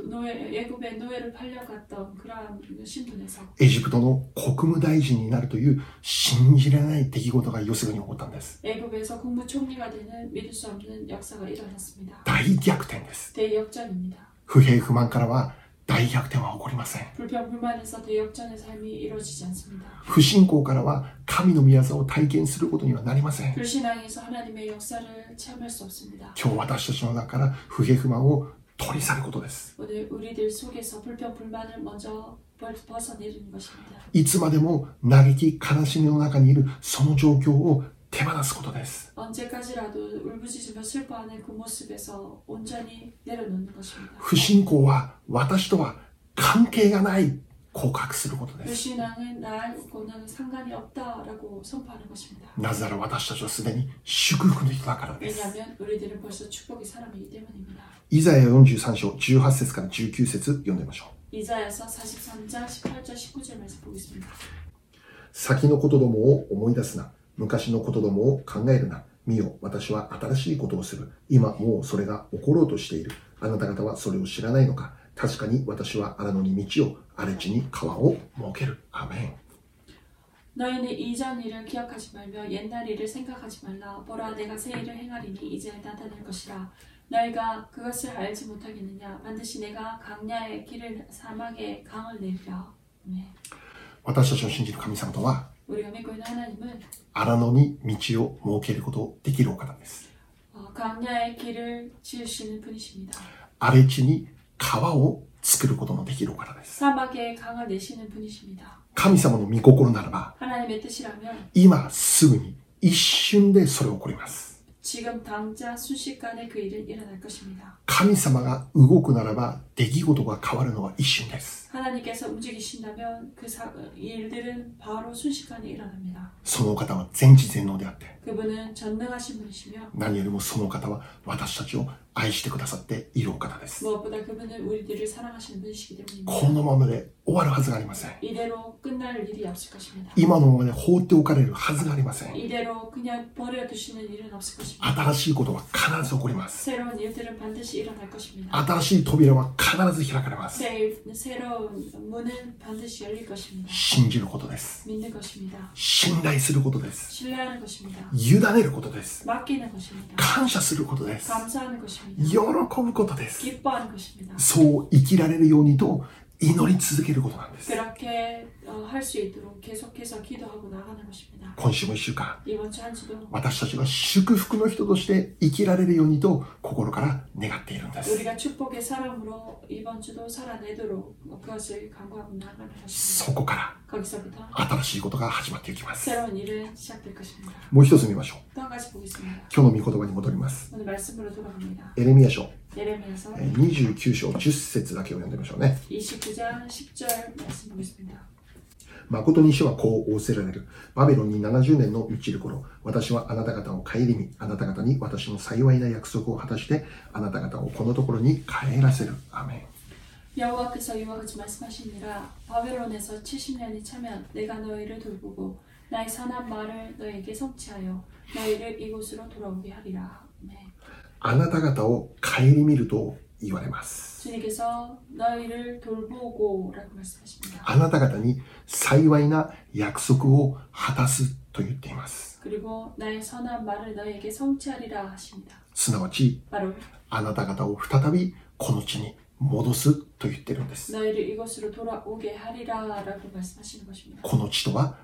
Speaker 2: 노예 애굽의 노예를 팔려갔던 그러한 신분에서
Speaker 1: エジプトの国務大臣になるという信じられない出来事がヨセフに起こったんです
Speaker 2: 애굽에서 국무총리가 되는 믿을 수 없는 역사가 일어났습니다.
Speaker 1: 大逆転です
Speaker 2: 대역전입니다.
Speaker 1: 不平不満からは大逆転は起こりません
Speaker 2: 불평불만에서 대역전의 삶이 이루어지지 않습니다.
Speaker 1: 不信仰からは神の宮座を体験することにはなりません
Speaker 2: 불신앙에서 하나님의 역사를 체험할 수 없습니다.
Speaker 1: 今日私たちの中から不平不満を取り去ることです
Speaker 2: 오늘 우리들 속에서 불평불만을 먼저 벌- 벗어내리는 것입니다.
Speaker 1: いつまでも嘆き悲しみの中にいるその状況を手放すことです
Speaker 2: 언제까지라도 울부짖으며 슬퍼하는 그 모습에서 온전히 내려놓는 것입니다.
Speaker 1: 不信仰は私とは関係がない告白することです
Speaker 2: 불신앙은 나하고는 상관이 없다라고 선포하는 것입니다.
Speaker 1: なぜなら私たちはすでに祝福の人だからです
Speaker 2: 왜냐하면 우리들은 벌써 축복의 사람이기 때문입니다.
Speaker 1: イザヤ43章18節から19節読んでみましょう
Speaker 2: 이자야서 43장 18절 19절 말씀 보겠습니다.
Speaker 1: 先のことどもを思い出すな。昔のことどもを考えるな。見よ、私は新しいことをする。今もうそれが起ころうとしている。あなた方はそれを知らないのか。確かに私は荒野に道を、荒れ地に川を設ける。アメン。
Speaker 2: 너희는 이전 일을 기억하지 말며 옛날 일을 생각하지 말라. 보라 내가 새 일을 행하리니 이제 나타날 것이라. 너희가 그것을 알지 못하겠느냐? 반드시 내가 강야의 길을 사막의 강을 내리라. 네.
Speaker 1: 私たちの信じる神様とは、
Speaker 2: 우리가 믿고 있는 하나님은
Speaker 1: 荒野に道を設けることをできるお方です。
Speaker 2: 어, 강야의 길을 지으시는 분이십니다.
Speaker 1: 荒れ地に川を作ることのできるお方です。
Speaker 2: 사막의 강을 내시는 분이십니다.
Speaker 1: 神様の御心ならば、
Speaker 2: 하나님의 뜻이라면
Speaker 1: 今すぐに一瞬でそれを起こります。
Speaker 2: 지금 당장 순식간에 그 일은 일어날 것입니다.
Speaker 1: 神様が動くならば出来事が変わるのは一瞬です。
Speaker 2: 하나님께서 움직이신다면 그 사- 일들은 바로 순식간에 일어납니다.
Speaker 1: そのお方は全知全能であって、
Speaker 2: 그분은 전능하신 분이시며
Speaker 1: 何よりもそのお方は私たちを愛してくださっているお方です。
Speaker 2: 무엇보다 그분은 우리들을 사랑하시는 분이시기 때문입니다.
Speaker 1: このままで終わるはずがありません。
Speaker 2: 이대로 끝날 일이 없을 것입니다.
Speaker 1: 今のままで放っておかれるはずがありません。
Speaker 2: 이대로 그냥 버려두시는 일은 없을 것입니다.
Speaker 1: 新しいことは必ず起こります。
Speaker 2: 새로운 일들은 반드시 일어날 것입니다.
Speaker 1: 新しい扉は必ず開かれます。
Speaker 2: 새, 새로운 문은 반드시 열릴 것입니다.
Speaker 1: 信じることです。
Speaker 2: 믿는 것입니다.
Speaker 1: 信頼することです。
Speaker 2: 신뢰하는 것입니다.
Speaker 1: 委ねることです。
Speaker 2: 맡기는 것입니다.
Speaker 1: 感謝することです。
Speaker 2: 감사하는 것입니다.
Speaker 1: 喜ぶことです。
Speaker 2: 기뻐하는 것입니다.
Speaker 1: そう生きられるようにと祈り続けることなんです。
Speaker 2: 그렇게 어, 할 수 있도록 계속해서 기도하고 나가는 것입니다.
Speaker 1: 今週も一週間、
Speaker 2: 이번 주 한 주도
Speaker 1: 私たちが祝福の人として生きられるようにと心から願っているんです。
Speaker 2: 우리가 축복의 사람으로 이번 주도 살아내도록 그것을 강구하고 나가는 것입니다.
Speaker 1: そこか
Speaker 2: 거기서부터
Speaker 1: ら新しいことが始まっていきます。
Speaker 2: 새로운 일은 시작될 것입니다.
Speaker 1: もう一つ見ましょう。
Speaker 2: 또 한 가지 보겠습니다.
Speaker 1: 今日の御言葉に戻ります。
Speaker 2: 오늘 말씀으로 돌아갑니다.
Speaker 1: エレミア書
Speaker 2: 예레미야서
Speaker 1: えー29章10節だけを読んでみましょうね。
Speaker 2: 29장 10절 말씀 보겠습니다.
Speaker 1: 誠に主はこう仰せられる。バベロンに70年の満ちる頃、私はあなた方を顧み、あなた方に私の幸いな約束を果たして、あなた方をこのところに帰らせる。アーメン
Speaker 2: 여호와께서 이와 같이 말씀하시니라 바벨론에서 70년이 차면 내가 너희를 돌보고 나의 선한 말을 너희에게 성취하여 너희를 이곳으로 돌아오게 하리라. 네.
Speaker 1: あなた方を顧みると言われます。
Speaker 2: 주님께서 너희를 돌보고라고 말씀하십니다.
Speaker 1: あなた方に幸いな約束を果たすと言っています。
Speaker 2: 그리고 나의 선한 말을 너희에게 성취하리라 하십니다.
Speaker 1: すなわち、
Speaker 2: 바로
Speaker 1: あなた方を再びこの地に戻すと言ってるんです。
Speaker 2: 너희를 이곳으로 돌아오게 하리라라고 말씀하시는 것입니다.
Speaker 1: この地とは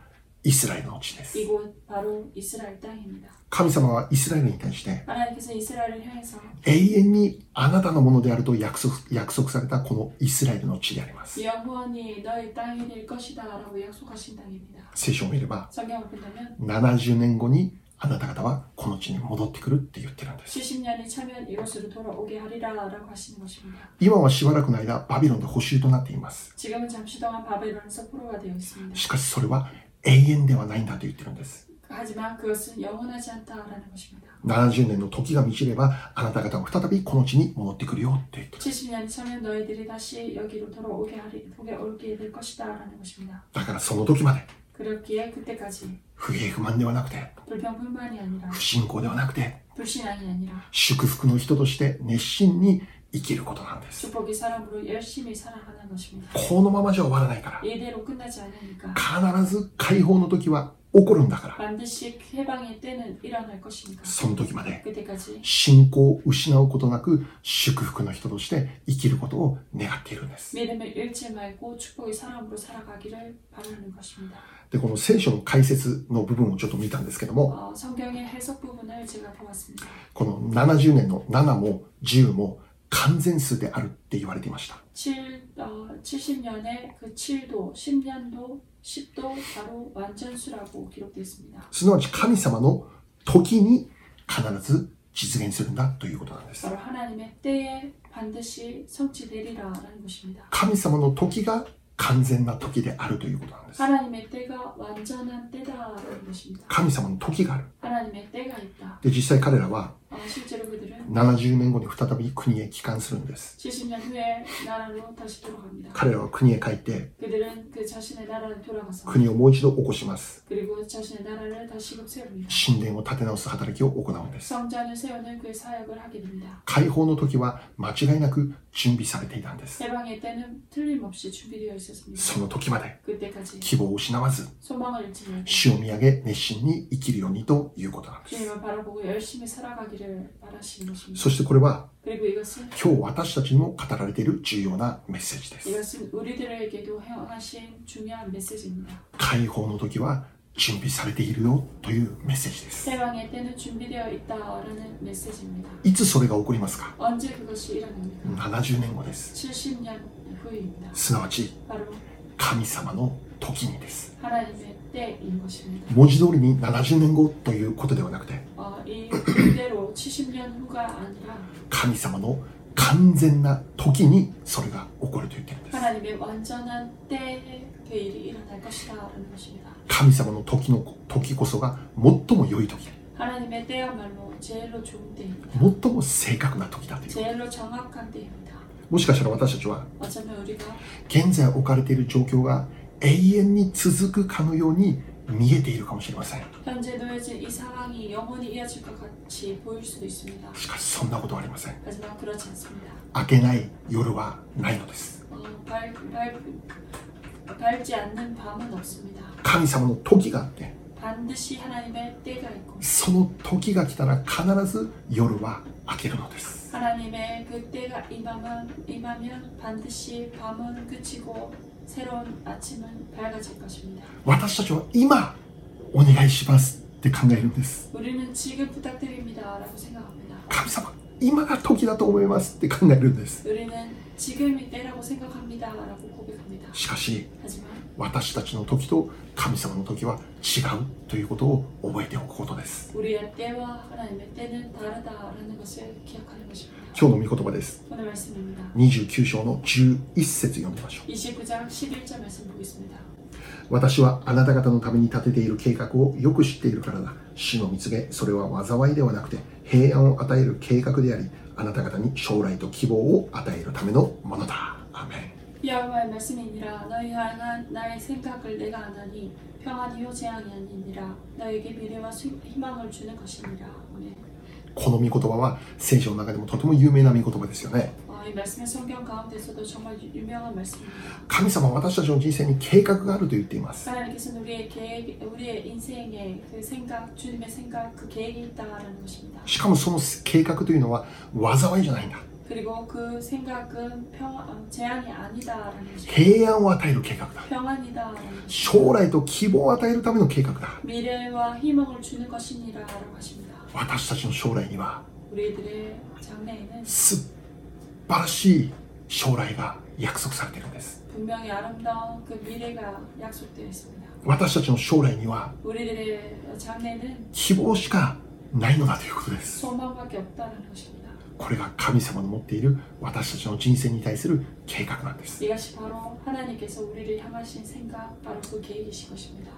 Speaker 1: イスラエルの地です。
Speaker 2: 이곳 바로 이스라엘 땅입니다.
Speaker 1: 神様はイスラエルに対して、
Speaker 2: 하나님께서 이스라엘을 향해서
Speaker 1: 永遠にあなたのものであると約束約束されたこのイスラエルの地であります。
Speaker 2: 영원히 너희 땅이 될 것이다라고 약속하신 땅입니다.
Speaker 1: 聖書を見れば、
Speaker 2: 성경을 본다면
Speaker 1: 70年後にあなた方はこの地に戻ってくるって言ってるんです。
Speaker 2: 70년이 차면 이곳으로 돌아오게 하리라라고 하시는 것입니다.
Speaker 1: 今はしばらくの間、バビロンで補修となっています。
Speaker 2: 지금은 잠시 동안 바벨론에서 포로가 되어 있습니다.
Speaker 1: しかしそれは永遠ではないんだと言ってるんです。
Speaker 2: 하지만 그것은 영원하지 않다라는 것입니다.
Speaker 1: 70年の時が満ちれば、あなた方は再びこの地に戻ってくるよって言ってる。
Speaker 2: 70년이 차면 너희들이 다시 여기로 돌아오게 하리, 오게 올게 될 것이다라는 것입니다.
Speaker 1: だからその時まで、
Speaker 2: 그렇기에 그때까지
Speaker 1: 不平不満ではなくて、
Speaker 2: 불평뿐만이 아니라
Speaker 1: 不信仰ではなくて、
Speaker 2: 불신앙이 아니라
Speaker 1: 祝福の人として熱心に生きることなんです。
Speaker 2: 축복의 사람으로 열심히 살아가는 것입니다.
Speaker 1: このままじゃ終わらないから。
Speaker 2: 이대로 끝나지 않으니까
Speaker 1: 必ず解放の時は起こるんだから
Speaker 2: 반드시 해방의 때는 일어날 것입니다.
Speaker 1: その時まで
Speaker 2: 그때까지
Speaker 1: 信仰を失うことなく祝福の人として生きることを願っているんです
Speaker 2: 믿음을 잃지 말고 축복의 사람으로 살아가기를 바라는 것입니다.
Speaker 1: でこの聖書の解説の部分をちょっと見たんですけども
Speaker 2: 어, 성경의 해석 부분을 제가 보았습니다.
Speaker 1: この70年の7も10も完全数であるって言われていました
Speaker 2: 7, 어, 70년에 그 7도, 10년도, 10도 바로 완전수라고 기록되어 있습니다.
Speaker 1: すなわち神様の時に必ず実現するんだということなんです
Speaker 2: 바로 하나님의 때에 반드시 성취되리라라는 것입니다.
Speaker 1: 神様の時が完全な時であるということなんです
Speaker 2: 하나님의 때가 완전한 때다라는 것입니다.
Speaker 1: 神様の時がある
Speaker 2: 하나님의 때가 있다.
Speaker 1: で実際彼らは
Speaker 2: 어, 실제로 그들은
Speaker 1: 70年後に再び国へ帰還するんです。
Speaker 2: 70년 후에 나라로 다시 돌아갑니다.
Speaker 1: 彼らは国へ帰って、
Speaker 2: 그들은 그 자신의 나라로 돌아가서
Speaker 1: 国をもう一度起こします。
Speaker 2: 그리고 자신의 나라를 다시금 세웁니다.
Speaker 1: 神殿を建て直す働きを行うんです。
Speaker 2: 성전을 세우는 그 사역을 하게 됩니다.
Speaker 1: 解放の時は間違いなく準備されていたんです。
Speaker 2: 해방의 때는 틀림없이 준비되어 있었습니다.
Speaker 1: その時まで
Speaker 2: 그때까지
Speaker 1: 希望を失わず、
Speaker 2: 소망을 잃지 말고
Speaker 1: 主を見上げ熱心に生きるようにということなんです。
Speaker 2: 주님을 바라보고 열심히 살아가기를 바라시는 것입니다.
Speaker 1: そしてこれは
Speaker 2: 그리고 이것은
Speaker 1: 今日私たちにも語られている重要なメッセージです。
Speaker 2: 이것은 우리들에게도 행하신 중요한 메시지입니다.
Speaker 1: 解放の時は準備されているよというメッセージです。
Speaker 2: 해방의 때는 준비되어 있다라는 메시지입니다.
Speaker 1: いつそれが起こりますか
Speaker 2: 언제 그것이 일어납니까?
Speaker 1: 70年後です。
Speaker 2: 70년 후입니다.
Speaker 1: すなわち
Speaker 2: 바로
Speaker 1: 神様の時にです。
Speaker 2: 하나님의 때인 것입니다.
Speaker 1: 文字通りに70年後ということではなくて、
Speaker 2: 어, 이 그대로 70년 후가 아니라
Speaker 1: 神様の完全な時にそれが起こると言ってるんです。
Speaker 2: 하나님의 완전한 때에 그 일이 일어날 것이다라는 것입니다.
Speaker 1: 神様の時の時こそが最も良い時。
Speaker 2: 하나님의 때야말로 제일로 좋은 때입니다.
Speaker 1: 最も正確な時だという
Speaker 2: 제일로 정확한 때입니다.
Speaker 1: もしかしたら私たちは
Speaker 2: 어쩌면 우리가
Speaker 1: 現在置かれている状況が永遠に続くかのように見えているかもしれません
Speaker 2: 현재 놓여진 이 상황이 영원히 이어질 것 같이 보일 수도 있습니다.
Speaker 1: しかしそんなことはありません
Speaker 2: 하지만 그렇지 않습니다.
Speaker 1: 明けない夜はないのです
Speaker 2: 어, 밝, 밝, 밝지 않는 밤은 없습니다.
Speaker 1: 神様の時があって
Speaker 2: 반드시 하나님의 때가 있고
Speaker 1: その時が来たら必ず夜は明けるのです
Speaker 2: 하나님의 그 때가 임하면, 임하면 반드시 밤은 끝이고 새로운 아침은 밝아질 것입니다.
Speaker 1: 私たちは今お願いしますって考えるんです
Speaker 2: 우리는 지금 부탁드립니다. 라고 생각합니다.
Speaker 1: 神様今が時だと思いますって考えるんです
Speaker 2: 우리는 지금이 때라고 생각합니다. 라고 고백합니다.
Speaker 1: しかし
Speaker 2: 하지만
Speaker 1: 私たちの時と神様の時は違うということを覚えておくことです
Speaker 2: 우리의 때와 하나님의 때는 다르다라는 것을 기억하는 것입니다.
Speaker 1: 今日の御言葉です
Speaker 2: 오늘 말씀입니다.
Speaker 1: 29章の11節読みましょう
Speaker 2: 29장 11절 말씀 보겠습니다.
Speaker 1: 私はあなた方のために立てている計画をよく知っているからだ主の蜜げそれは災いではなくて平安を与える計画でありあなた方に将来と希望を与えるためのものだアーメン
Speaker 2: 여호와의 말씀이니라 너희 향한 나의 생각을 내가 안하니 평안이요 재앙이 아니니라 너에게 미래와 수- 희망을 주는 것이니라 아멘.
Speaker 1: この御言葉は聖書の中でもとても有名な御言葉ですよね
Speaker 2: 어, 이 말씀은 성경 가운데서도 정말 유- 유명한 말씀입니다.
Speaker 1: 神様は私たちの人生に計画があると言っています
Speaker 2: 하나님께서 우리의 계획, 우리의 인생에 그 생각, 주님의 생각, 그 계획이 있다라는 것입니다.
Speaker 1: しかもその計画というのは災いじゃないんだ
Speaker 2: 그리고 그 생각은 평, 어, 재앙이 아니다라는 것입니다.
Speaker 1: 平安を与える計画だ
Speaker 2: 평안이다라는 것입니다.
Speaker 1: 将来と希望を与えるための計画だ
Speaker 2: 미래와 희망을 주는 것이니라라고 하십니다.
Speaker 1: 私たちの将来には
Speaker 2: 우리들의 장래에는
Speaker 1: 素晴らしい将来が約束されているんです
Speaker 2: 분명히 아름다운 그 미래가 약속되어 있습니다.
Speaker 1: 私たちの将来には
Speaker 2: 우리들의 장래는
Speaker 1: 希望しかないのだということです
Speaker 2: 소망밖에 없다는 것입니다.
Speaker 1: これが神様の持っている私たちの人生に対する計画なんです
Speaker 2: 이것이 바로 하나님께서 우리를 향하신 생각, 바로 그 계획이신 것입니다.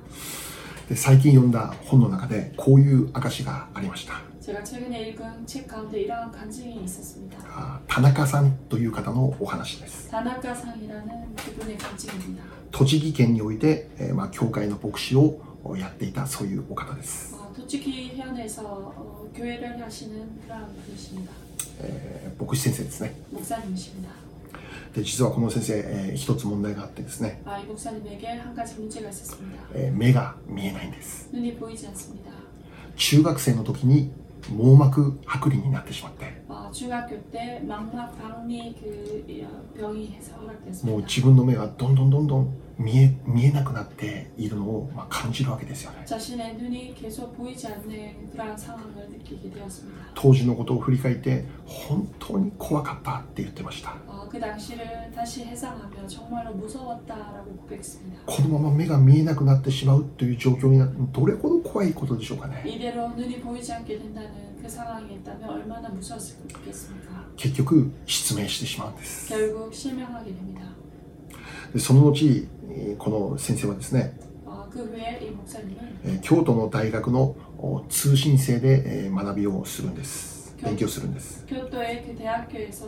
Speaker 1: で最近読んだ本の中でこういう証がありました
Speaker 2: 제가 최근에 읽은 책 가운데 이러한 간증이 있었습니다.
Speaker 1: あー田中さんという方のお話です
Speaker 2: 다나카상이라는 그분의 간증입니다.
Speaker 1: 栃木県において、えーまあ、教会の牧師をやっていたそういうお方です
Speaker 2: 어, 토치키 해안에서 어, 교회를 하시는 그런 분이십니다.
Speaker 1: えー牧師先生ですね
Speaker 2: 목사님이십니다.
Speaker 1: で実はこの先生、えー一つ問題があってですね、
Speaker 2: 아, 이 목사님에게 한 가지 문제가 있었습니다.
Speaker 1: えー目が見えないんです
Speaker 2: 눈이 보이지 않습니다.
Speaker 1: 中学生の時に網膜剥離になってしまって
Speaker 2: 어, 중학교 때 망막 박리 그 어, 병이 해서 허락됐습니다.
Speaker 1: もう自分の目がどんどんどんどん見え見えなくなっているのを、まあ、感じるわけですよね
Speaker 2: 자신의 눈이 계속 보이지 않는 그러한 상황을 느끼게 되었습니다.
Speaker 1: 当時のことを振り返って本当に怖かったって言ってました
Speaker 2: 어, 그 당시를 다시 회상하며 정말로 무서웠다라고 고백했습니다.
Speaker 1: このまま目が見えなくなってしまうという状況になってどれほど怖いことでしょうかね
Speaker 2: 이대로 눈이 보이지 않게 된다는 그 상황이 있다면 얼마나 무서웠겠습니까?
Speaker 1: 結局失明してしまうんです
Speaker 2: 결국 실명하게 됩니다.
Speaker 1: でその後えーこの先生はですね
Speaker 2: 어, 그 후에 이 목사님은
Speaker 1: えー京都の大学のお通信制でえー学びをするんです勉強するんです
Speaker 2: 교토의 그 대학교에서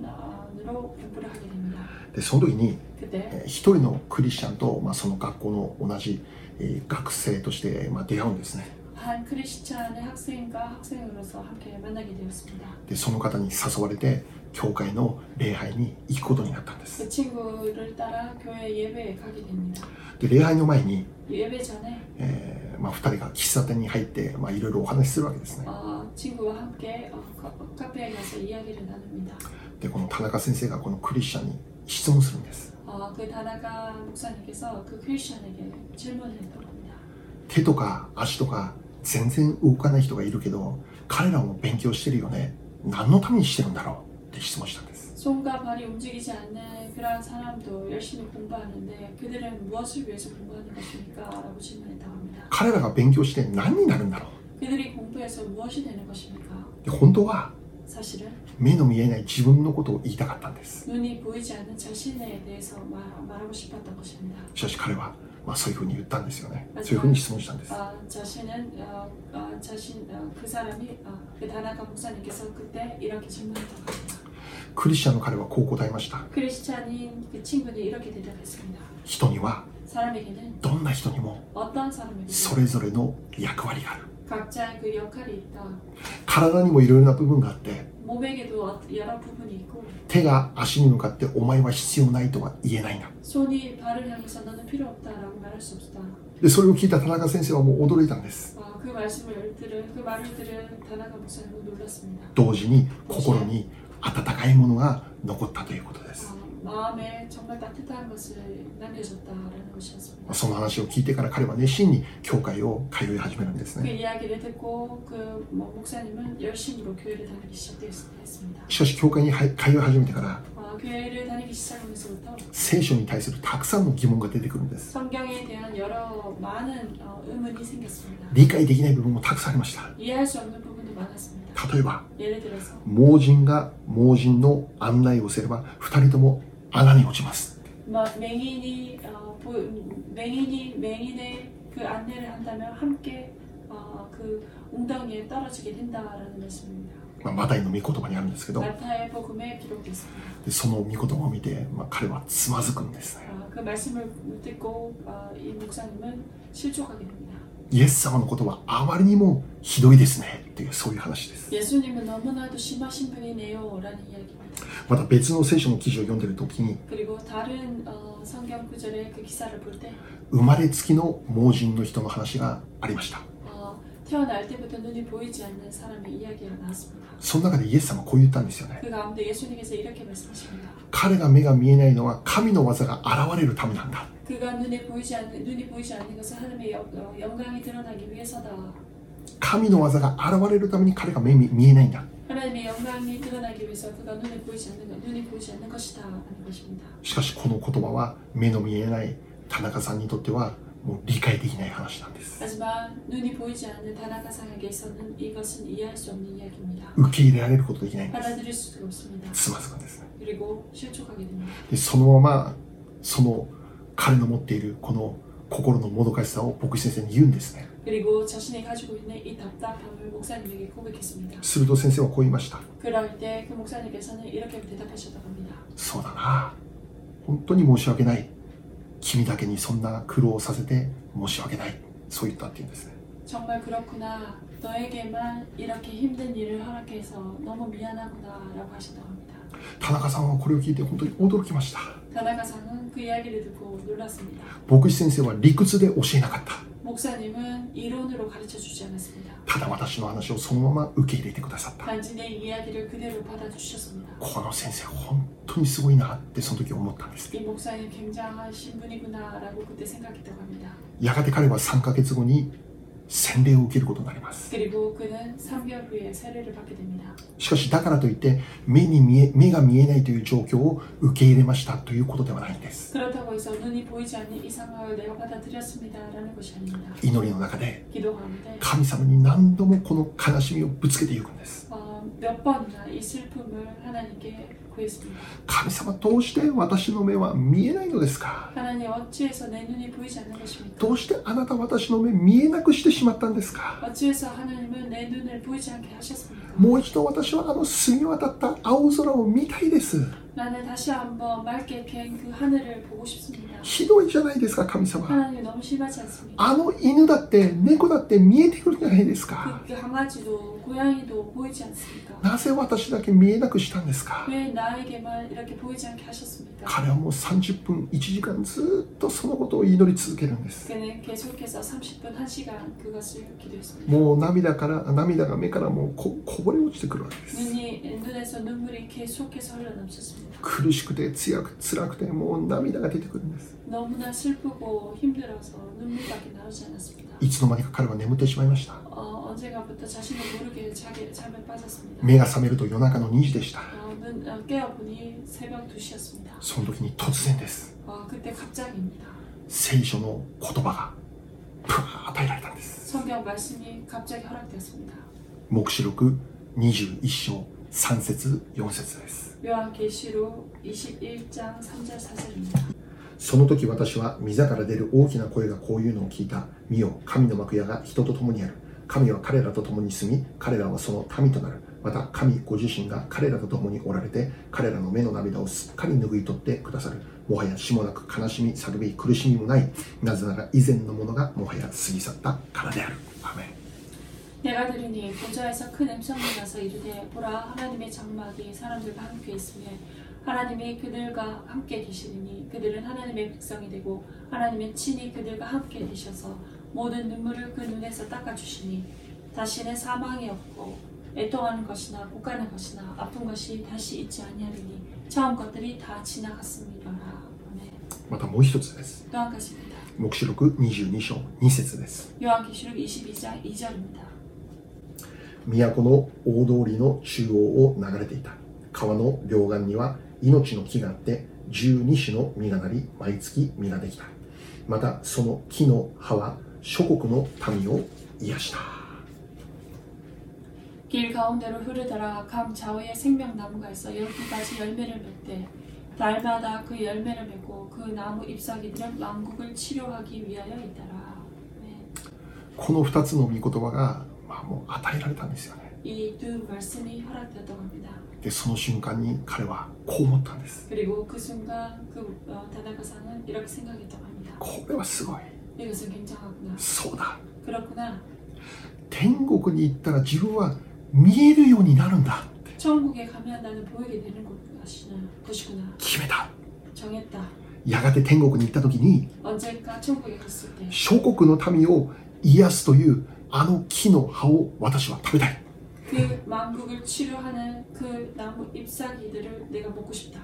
Speaker 2: 통신으로 공부를 하게 됩니다.
Speaker 1: でその時に
Speaker 2: 그때
Speaker 1: えー一人のクリスチャンと、まあ、その学校の同じ、えー学生として、まあ、出会うんですね
Speaker 2: 한 크리스찬의 학생과 학생으로서 함께 만나게 되었습니다.
Speaker 1: でその方に誘われて教会の礼拝に行くことになったんで
Speaker 2: 그
Speaker 1: す
Speaker 2: 친구를 따라 교회 예배에 가게 됩니다.
Speaker 1: で礼拝の前に、
Speaker 2: 예배 전에
Speaker 1: えーまあ、2人が喫茶店に入って、まあ、いろいろお話しするわけですね
Speaker 2: 어, 친구와 함께 어, 카- 카페에 가서 이야기를 나눕니다.
Speaker 1: でこの田中先生がこのクリスチャンに質問するんです
Speaker 2: 어, 그 다나가 목사님께서 그 크리스찬에게 질문을 했던 겁니다.
Speaker 1: 手とか足とか全然動かない人がいるけど彼らも勉強してるよね何のためにしてるんだろうって質問したんです
Speaker 2: 손과 발이 움직이지 않는 그러한 사람도 열심히 공부하는데 그들은 무엇을 위해서 공부하는 것입니까? 라고 질문했다고 합니다.
Speaker 1: 彼らが勉強して何になるんだろ
Speaker 2: 그들이 공부해서 무엇이 되는 것입니까?
Speaker 1: うで本当は
Speaker 2: 사실은
Speaker 1: 目の見えない自分のことを言いたかったんです
Speaker 2: 눈이 보이지 않는 자신에 대해서 말, 말하고 싶었던 것입니다.
Speaker 1: しかし彼はまあ、そういうふうに言ったんですよね
Speaker 2: 맞아요.
Speaker 1: そういうふうに質問したんです
Speaker 2: 아, 자신은 어, 어, 자신 어, 그 사람이 어, 그 다나카 목사님께서 그때 이렇게 질문했다고 합니다.
Speaker 1: クリスチャンの彼はこう答えました
Speaker 2: 크리스찬인 그 친구는 이렇게 대답했습니다.
Speaker 1: 人には
Speaker 2: 사람에게는
Speaker 1: どんな人にも
Speaker 2: 어떤 사람에게는
Speaker 1: それぞれの役割がある
Speaker 2: 각자의 그 역할이 있다.
Speaker 1: 体にもいろいろな部分があって
Speaker 2: 몸에게도 어- 여러 부분이 있고
Speaker 1: 手が足に向かってお前は必要ないとは言えないんだ
Speaker 2: 손이 발을 향해서 너는 필요 없다라고 말할 수 없다.
Speaker 1: でそれを聞いた田中先生はもう驚いたんです
Speaker 2: 아, 그 말씀을 들은 그 말을 들은 다나카 목사님은 놀랐습니다.
Speaker 1: 同時に心に温かいものが残ったということです
Speaker 2: 아, 마음에 정말 따뜻한 것을 남겨줬다라는 것이었습니다.
Speaker 1: その話を聞いてから彼は熱心に教会を通い始めるんです
Speaker 2: 그
Speaker 1: ね
Speaker 2: 이야기를 듣고 그 뭐, 목사님은 열심으로 교회를 다니기 시작했습니다.
Speaker 1: しかし教会には通い始めてから
Speaker 2: 아, 교회를 다니기 시작하면서부터
Speaker 1: 聖書に対するたくさんの疑問が出てくるんです
Speaker 2: 성경에 대한 여러 많은 어, 의문이 생겼습니다.
Speaker 1: 理解できない部分もたくさんありました
Speaker 2: 이해할 수 없는 부분도 많았습니다.
Speaker 1: 例えば
Speaker 2: 예를 들어서
Speaker 1: 盲人が盲人の案内をすれば二人とも穴に落ちます
Speaker 2: 뭐 맹인이 어, 보, 맹인이 맹인의 그 안내를 한다면 함께 어, 그 웅덩이에 떨어지게 된다라는 말씀입니다.
Speaker 1: まあマタイの御言葉にあるんですけど
Speaker 2: 마타의 복음에 기록되어 있습니다.
Speaker 1: でその御言葉を見て、まあ、彼はつまずくんですね
Speaker 2: 아, 그 말씀을 듣고 아, 이 목사님은 실족하게 됩니다.
Speaker 1: イエス様のことはあまりにもひどいですねっていうそういう話です
Speaker 2: 예수님은 너무나도 심하신 분이네요라는 이야기입니다.
Speaker 1: また別の聖書の記事を読んでる時に
Speaker 2: 그리고 다른 어, 성경 구절의 그 기사를 볼 때
Speaker 1: 生まれつきの盲人の人の話がありました
Speaker 2: 태어날 때부터 눈이 보이지 않는 사람의 이야기가 나왔습니다.
Speaker 1: その中でイエス様はこう言ったんですよね
Speaker 2: 그 가운데 예수님께서 이렇게 말씀하십니다.
Speaker 1: 彼が目が見えないのは神の技が現れるためなんだ
Speaker 2: 그가 눈에 보이지 않는 눈이 보이지 않는 것은 하나님의 영, 어, 영광이 드러나기 위해서다.
Speaker 1: 神の技が現れるために彼が目に見えないんだ
Speaker 2: 하나님의 영광이 드러나기 위해서 그가 눈에 보이지 않는 것, 눈이 보이지 않는 것이다 하는 것입니다.
Speaker 1: しかしこの言葉は目の見えない田中さんにとってはもう理解できない話なんです
Speaker 2: 하지만 눈이 보이지 않는 다나카 상에게 있어는 이것은 이해할 수 없는 이야기입니다.
Speaker 1: 受け入れられることできないんで
Speaker 2: 받아들일 수가 없습니다.
Speaker 1: すつまずくんですね
Speaker 2: 그리고 실족하게 됩니다.
Speaker 1: でそのままその彼の持っているこの心のもどかしさを牧師先生に言うんですね
Speaker 2: 그리고 자신이 가지고 있는 이 답답함을 목사님에게 고백했습니다.
Speaker 1: すると先生はこう言いました
Speaker 2: 그럴 때 그 목사님께서는 이렇게 대답하셨다고 합니다.
Speaker 1: そうだな本当に申し訳ない君だけにそんな苦労をさせて申し訳ないそう言ったっていうんですね
Speaker 2: 정말 그렇구나. 너에게만 이렇게 힘든 일을 허락해서 너무 미안하구나. 라고 하셨다고 합니다.
Speaker 1: 田中さんはこれを聞いて本当に驚きました
Speaker 2: 다나가상은 그 이야기를 듣고 놀랐습니다.
Speaker 1: 牧師先生は理屈で教えなかった
Speaker 2: 목사님은 이론으로 가르쳐 주지 않았습니다.
Speaker 1: ただ私の話をそのまま受け入れてくださった
Speaker 2: 단지 내 이야기를 그대로 받아주셨습니다.
Speaker 1: この先生本当にすごいなってその時思ったんです
Speaker 2: 이 목사님 굉장하신 분이구나. 라고 그때 생각했다고 합니다.
Speaker 1: やがて彼は3ヶ月後に洗礼を受けることになります
Speaker 2: 그리고 그는 3개월 후에 세례를 받게 됩니다.
Speaker 1: しかしだからといって目に見え目が見えないという状況を受け入れましたということではないんです
Speaker 2: 그렇다고 해서 눈이 보이지 않는 이 상황을 내가 받아들였습니다. 라는 것이 아닙니다.
Speaker 1: 祈りの中で
Speaker 2: 기도 가운데
Speaker 1: 神様に何度もこの悲しみをぶつけていくんです
Speaker 2: 어, 몇 번이나 이 슬픔을 하나님께 구했습니다.
Speaker 1: 神様どうして私の目は見えないのですか
Speaker 2: 하나님 어찌해서 내 눈이 보이지 않는 것입니까?
Speaker 1: どうしてあなた私の目見えなくしてしまったんですか
Speaker 2: 어찌해서 하나님은 내 눈을 보이지 않게 하셨습니까?
Speaker 1: もう一度私はあの澄み渡った青空を見たいです
Speaker 2: 나는 다시 한번 맑게 갠 그 하늘을 보고 싶습니다.
Speaker 1: ひどいじゃないですか神様
Speaker 2: 하나님 너무 심하지 않습니까?
Speaker 1: あの犬だって猫だって見えてくるじゃないですか
Speaker 2: 그 강아지도 고양이도 보이지 않습니까?
Speaker 1: なぜ私だけ見えなくしたんですか
Speaker 2: 왜 나에게만 이렇게 보이지 않게 하셨습니까?
Speaker 1: 彼はもう30分1時間ずっとそのことを祈り続けるんです
Speaker 2: 그는 계속해서 30분 1시간 그것을 기도했습니다.
Speaker 1: もう涙から涙が目からもうここぼれ落ちてくるわけです
Speaker 2: 눈이 눈에서 눈물이 계속해서 흘러넘쳤습니다.
Speaker 1: 苦しくて強く辛くてもう涙が出てくるんです
Speaker 2: 너무나 슬프고 힘들어서 눈물밖에 나오지 않았습니다.
Speaker 1: いつの間にか彼は眠ってしまいました
Speaker 2: 어, 언젠가부터 자신을 모르게 자기 잠에 빠졌습니다.
Speaker 1: 目が覚めると夜中の2時でした
Speaker 2: 어, 눈, 어, 깨어보니 새벽 2시였습니다.
Speaker 1: その時に突然です
Speaker 2: 어, 그때 갑자기입니다.
Speaker 1: 聖書の言葉がプワーッと与えられたんです
Speaker 2: 성경 말씀이 갑자기 허락되었습니다.
Speaker 1: 黙示録21章3節4節です
Speaker 2: 요한계시록 21장 3절 4절입니다.
Speaker 1: その時私は御から出る大きな声がこういうのを聞いた。見よ、神の幕屋が人と共にある。神は彼らと共に住み、彼らはその民となる。また神ご自身が彼らと共におられて、彼らの目の涙をすっかり拭い取ってくださる。もはや死もなく悲しみ、叫び、苦しみもない。なぜなら以前のものがもはや過ぎ去ったからである。アメン
Speaker 2: 내가 들으니 보좌에서 큰 음성이 나서 이르되 보라 하나님의 장막이 사람들과 함께 있음에 하나님이 그들과 함께 계시니 그들은 하나님의 백성이 되고 하나님의 친히 그들과 함께 계셔서 모든 눈물을 그 눈에서 닦아주시니 다시는 사망이 없고 애통하는 것이나 곡하는 것이나 아픈 것이 다시 있지 아니하리니 처음 것들이 다 지나갔습니다. 아멘.
Speaker 1: またもう一つです。
Speaker 2: 또한 가지입니다.
Speaker 1: 黙示録22章2節です。
Speaker 2: 요한계시록 22장 2절입니다.
Speaker 1: 都の大通りの中央を流れていた川の両岸には命の木があって12種の実がなり毎月実ができたまたその木の葉は諸国の民を癒した
Speaker 2: 길 가운데로 흐르더라 강 좌우에 생명나무가 있어 열두 가지 열매를 맺되 달마다 그 열매를 맺고 그 나무 잎사귀들은 왕국을 치료하기 위하여 있더라. 네.
Speaker 1: この2つの御言葉が、まあ、もう与えられたんですよね
Speaker 2: 이 두 말씀이 허락되었던 겁니다.
Speaker 1: でその瞬間に彼はこう思ったんです
Speaker 2: 그리고 그 순간 그 어, 다다가사는 이렇게 생각했다고 합니다.
Speaker 1: これはすごい
Speaker 2: 이것은 굉장하구나.
Speaker 1: そうだ
Speaker 2: 그렇구나.
Speaker 1: 天国に行ったら自分は見えるようになるんだって
Speaker 2: 천국에 가면 나는 보이게 되는 곳- 것이나 것이구나.
Speaker 1: 決めた
Speaker 2: 정했다.
Speaker 1: やがて天国に行った時に
Speaker 2: 언젠가 천국에 갔을 때
Speaker 1: 諸国の民を癒すというあの木の葉を私は食べたい
Speaker 2: 그 만국을 치료하는 그 나무 잎사귀들을 내가 먹고 싶다.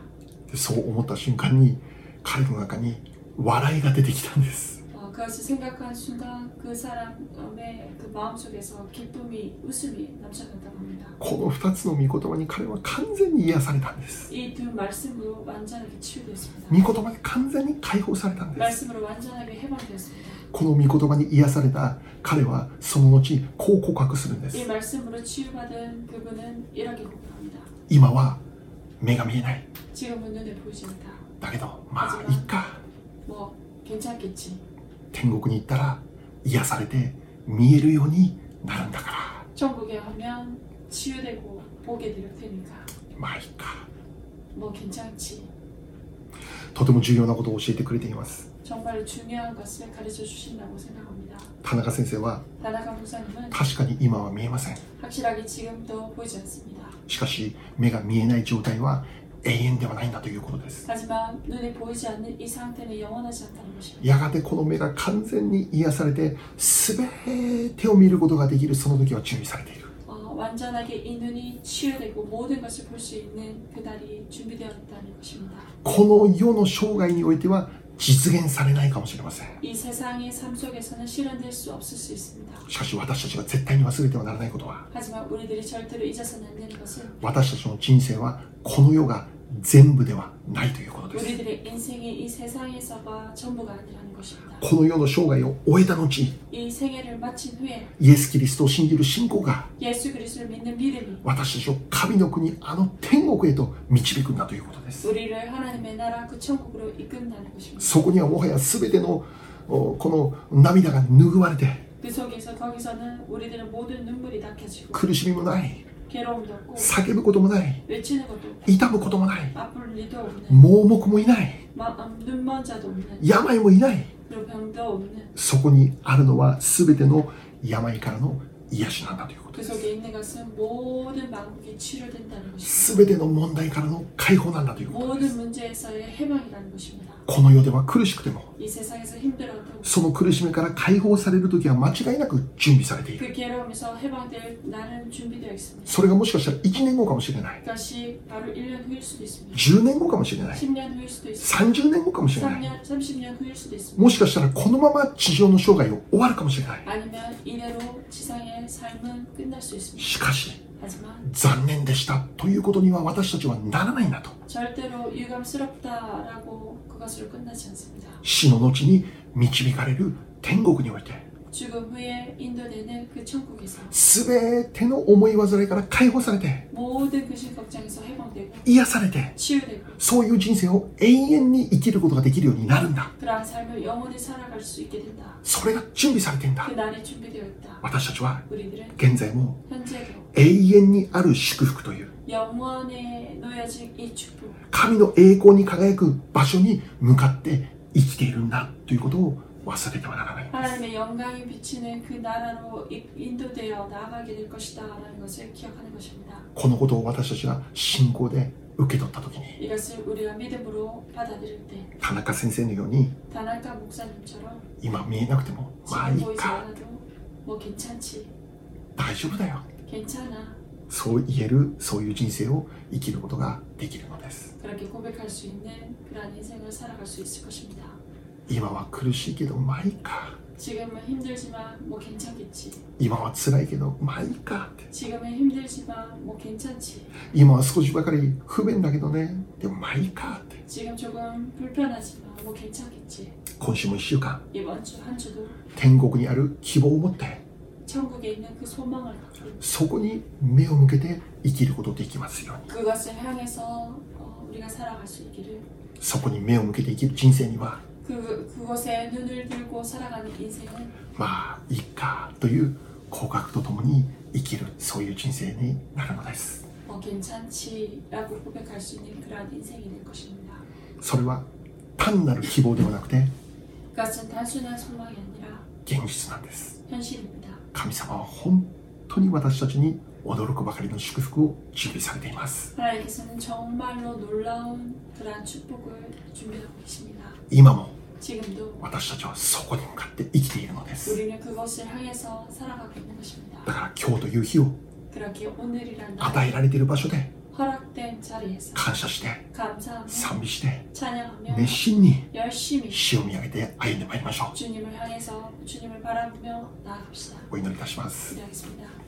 Speaker 1: でそう思った瞬間に彼の中に笑いが出てきたんです
Speaker 2: 어, 그것을 생각한 순간 그 사람의 그 마음속에서 기쁨이 웃음이 넘쳐났다고 합니다.
Speaker 1: この2つの御言葉に彼は完全に癒されたんです
Speaker 2: 이 두 말씀으로 완전하게 치유되었습니다.
Speaker 1: 御言葉で完全に解放されたんです
Speaker 2: 말씀으로 완전하게 해방되었습니다.
Speaker 1: この御言葉に癒された彼はその後こう告白するんで
Speaker 2: 이
Speaker 1: す
Speaker 2: 말씀으로 치유받은 그분은 이렇게 고백합니다.
Speaker 1: 今は目が見えない
Speaker 2: 지금은 눈에 보이지 않다.
Speaker 1: だけどまあいっか
Speaker 2: 뭐 괜찮겠지.
Speaker 1: 天国に行ったら癒されて見えるようになるんだから
Speaker 2: 천국에 가면 치유되고 보게 될 테니까
Speaker 1: まあいっか
Speaker 2: 뭐 괜찮지.
Speaker 1: とても重要なことを教えてくれています
Speaker 2: 정말 중요한 것을 가르쳐 주신다고 생각합니다.
Speaker 1: 田中先生は
Speaker 2: 다나가 목사님은
Speaker 1: 確かに今は見えません
Speaker 2: 확실하게 지금도 보이지 않습니다.
Speaker 1: しかし目が見えない状態は永遠ではないんだということです
Speaker 2: 하지만 눈에 보이지 않는 이 상태는 영원하지 않다는 것입니다.
Speaker 1: やがてこの目が完全に癒されて全てを見ることができるその時は準備されている
Speaker 2: 어, 완전하게 이 눈이 치유되고 모든 것을 볼 수 있는 그날이 준비되어 있다는 것입니다.
Speaker 1: この世の生涯においては実現されないかもしれません
Speaker 2: 이 세상의 삶 속에서는 실현될 수 없을 수 있습니다.
Speaker 1: しかし私たちが絶対に忘れてはならないことは
Speaker 2: 하지만 우리들이 절대로 잊어서는 안 되는 것은
Speaker 1: 私たちの人生はこの世が全部ではないということです
Speaker 2: 우리들의 인생이 이 세상에서가 전부가 아니라는 것입니다.
Speaker 1: この世の生涯を終えた後
Speaker 2: 이 생애를 마친 후에
Speaker 1: イエス・キリストを信じる信仰が
Speaker 2: 예수 그리스도를 믿는 믿음이
Speaker 1: 私たちを神の国あの天国へと導くんだということです
Speaker 2: 우리를 하나님의 나라 그 천국으로 이끈다는 것입니다.
Speaker 1: そこにはもはや全てのおこの涙が拭われて
Speaker 2: 그 속에서 거기서는 우리들의 모든 눈물이 닦여지고
Speaker 1: 苦しみもない
Speaker 2: 괴로움도 없고
Speaker 1: 叫ぶこともない
Speaker 2: 외치는 것도 없고
Speaker 1: 痛むこともない
Speaker 2: 아플 일도 없는
Speaker 1: 盲目もいない
Speaker 2: 마, 아, 눈먼 자도 없는
Speaker 1: 病もいない
Speaker 2: 그리고 병도 없는
Speaker 1: そこにあるのは全ての病からの癒しなんだということ
Speaker 2: 그
Speaker 1: で
Speaker 2: 속에 있는 것은 모든 만국이 치료된다는 것입니다.
Speaker 1: す全ての問題からの解放なんだということで
Speaker 2: 모든
Speaker 1: す
Speaker 2: 문제에서의 해방이라는 것입니다.
Speaker 1: この世では苦しくても
Speaker 2: 이 세상에서 힘들어도
Speaker 1: その苦しみから解放される時は間違いなく準備されている
Speaker 2: 그 괴로움에서 해방될 날은 준비되어 있습니다.
Speaker 1: それがもしかしたら1年後かもしれない
Speaker 2: 그것이 바로 1년 후일 수도 있습니다.
Speaker 1: 10年後かもしれない
Speaker 2: 10년 후일 수도 있습니다.
Speaker 1: 30年後かもしれない
Speaker 2: 3년, 30년 후일 수도 있습니다.
Speaker 1: もしかしたらこのまま地上の生涯を終わるかもしれない
Speaker 2: 아니면 이대로 지상의 삶은 끝날 수 있습니다.
Speaker 1: しかし
Speaker 2: 하지만
Speaker 1: 残念でしたということには私たちはならないんだと
Speaker 2: 절대로 유감스럽다라고 그것으로 끝나지 않습니다.
Speaker 1: 死の後に導かれる天国において
Speaker 2: 죽- 죽음 후에 인도되는 그 천국에서
Speaker 1: 全ての思い煩いから解放されて
Speaker 2: 모든 근심 걱정에서 해방되고
Speaker 1: 癒されて
Speaker 2: 치유되고
Speaker 1: そういう人生を永遠に生きることができるようになるんだ
Speaker 2: 그러한 삶을 영원히 살아갈 수 있게 된다.
Speaker 1: それが準備されてんだ
Speaker 2: 그 날이 준비되어 있다.
Speaker 1: 私たちは
Speaker 2: 우리들은
Speaker 1: 現在も
Speaker 2: 현재로
Speaker 1: 永遠にある祝福という
Speaker 2: 영원에 놓여진 이 축복
Speaker 1: 神の栄光に輝く場所に向かって生きているんだということを忘れてはならない
Speaker 2: 하나님의 영광이 비치는 그 나라로 이- 인도되어 나아가게 될 것이다 라는 것을 기억하는 것입니다.
Speaker 1: このことを私たちが信仰で受け取った時に
Speaker 2: 이것을 우리가 믿음으로 받아들일 때
Speaker 1: 田中先生のように
Speaker 2: 단나카 목사님처럼
Speaker 1: 今見えなくてもまあい
Speaker 2: 지금
Speaker 1: い
Speaker 2: 보이지
Speaker 1: か
Speaker 2: 않아도 뭐 괜찮지
Speaker 1: 大丈夫だよ
Speaker 2: 괜찮아
Speaker 1: そう言えるそういう人生を生きることができるのです
Speaker 2: 그렇게 고백할 수 있는 그러한 인생을 살아갈 수 있을 것입니다.
Speaker 1: 今は苦しいけどまあいいか
Speaker 2: 지금은 힘들지만 뭐 괜찮겠지
Speaker 1: 今は辛いけどまあいいかって
Speaker 2: 지금은 힘들지만 뭐 괜찮지
Speaker 1: 今は少しばかり不便だけどねでもまあいいかって
Speaker 2: 지금 조금 불편하지만 뭐 괜찮겠지
Speaker 1: 今週も1週間
Speaker 2: 이번 주 한 주도
Speaker 1: 天国にある希望を持って
Speaker 2: 천국에 있는 그 소망을 갖고
Speaker 1: そこに目を向けて生きることできますように
Speaker 2: 그것을 향해서 어, 우리가 살아갈 수 있기를
Speaker 1: そこに目を向けて生きる人生には
Speaker 2: 그 그곳에 눈을 들고 살아가는 인생은
Speaker 1: まあいいかという告白とともに生きるそういう人生になるのです
Speaker 2: 뭐 괜찮지라고 고백할 수 있는 그러한 인생이 될 것입니다.
Speaker 1: それは単なる希望ではなくて
Speaker 2: 그것은 단순한 소망이 아니라
Speaker 1: 現実なんです
Speaker 2: 현실입니다.
Speaker 1: 神様は本当に私たちに驚くばかりの祝福を準備されています
Speaker 2: 하나님께서는 정말로 놀라운 그러한 축복을 준비하고 계십니다.
Speaker 1: 今も
Speaker 2: 지금도
Speaker 1: 私たちはそこに向かって生きているのです
Speaker 2: 우리는 그것을 향해서 살아가고 있는 것입니다.
Speaker 1: だから今日という日を
Speaker 2: 그렇게 오늘이란 날
Speaker 1: 与えられている場所で
Speaker 2: 허락된 자리에서
Speaker 1: 感謝して
Speaker 2: 감사하며
Speaker 1: 賛美して
Speaker 2: 찬양하며
Speaker 1: 熱心に
Speaker 2: 열심히
Speaker 1: 死を見上げて歩んでまいりましょ
Speaker 2: 주님을 향해서 주님을 바라보며 나아갑시다.
Speaker 1: うお祈りいたします
Speaker 2: 기도하겠습니다.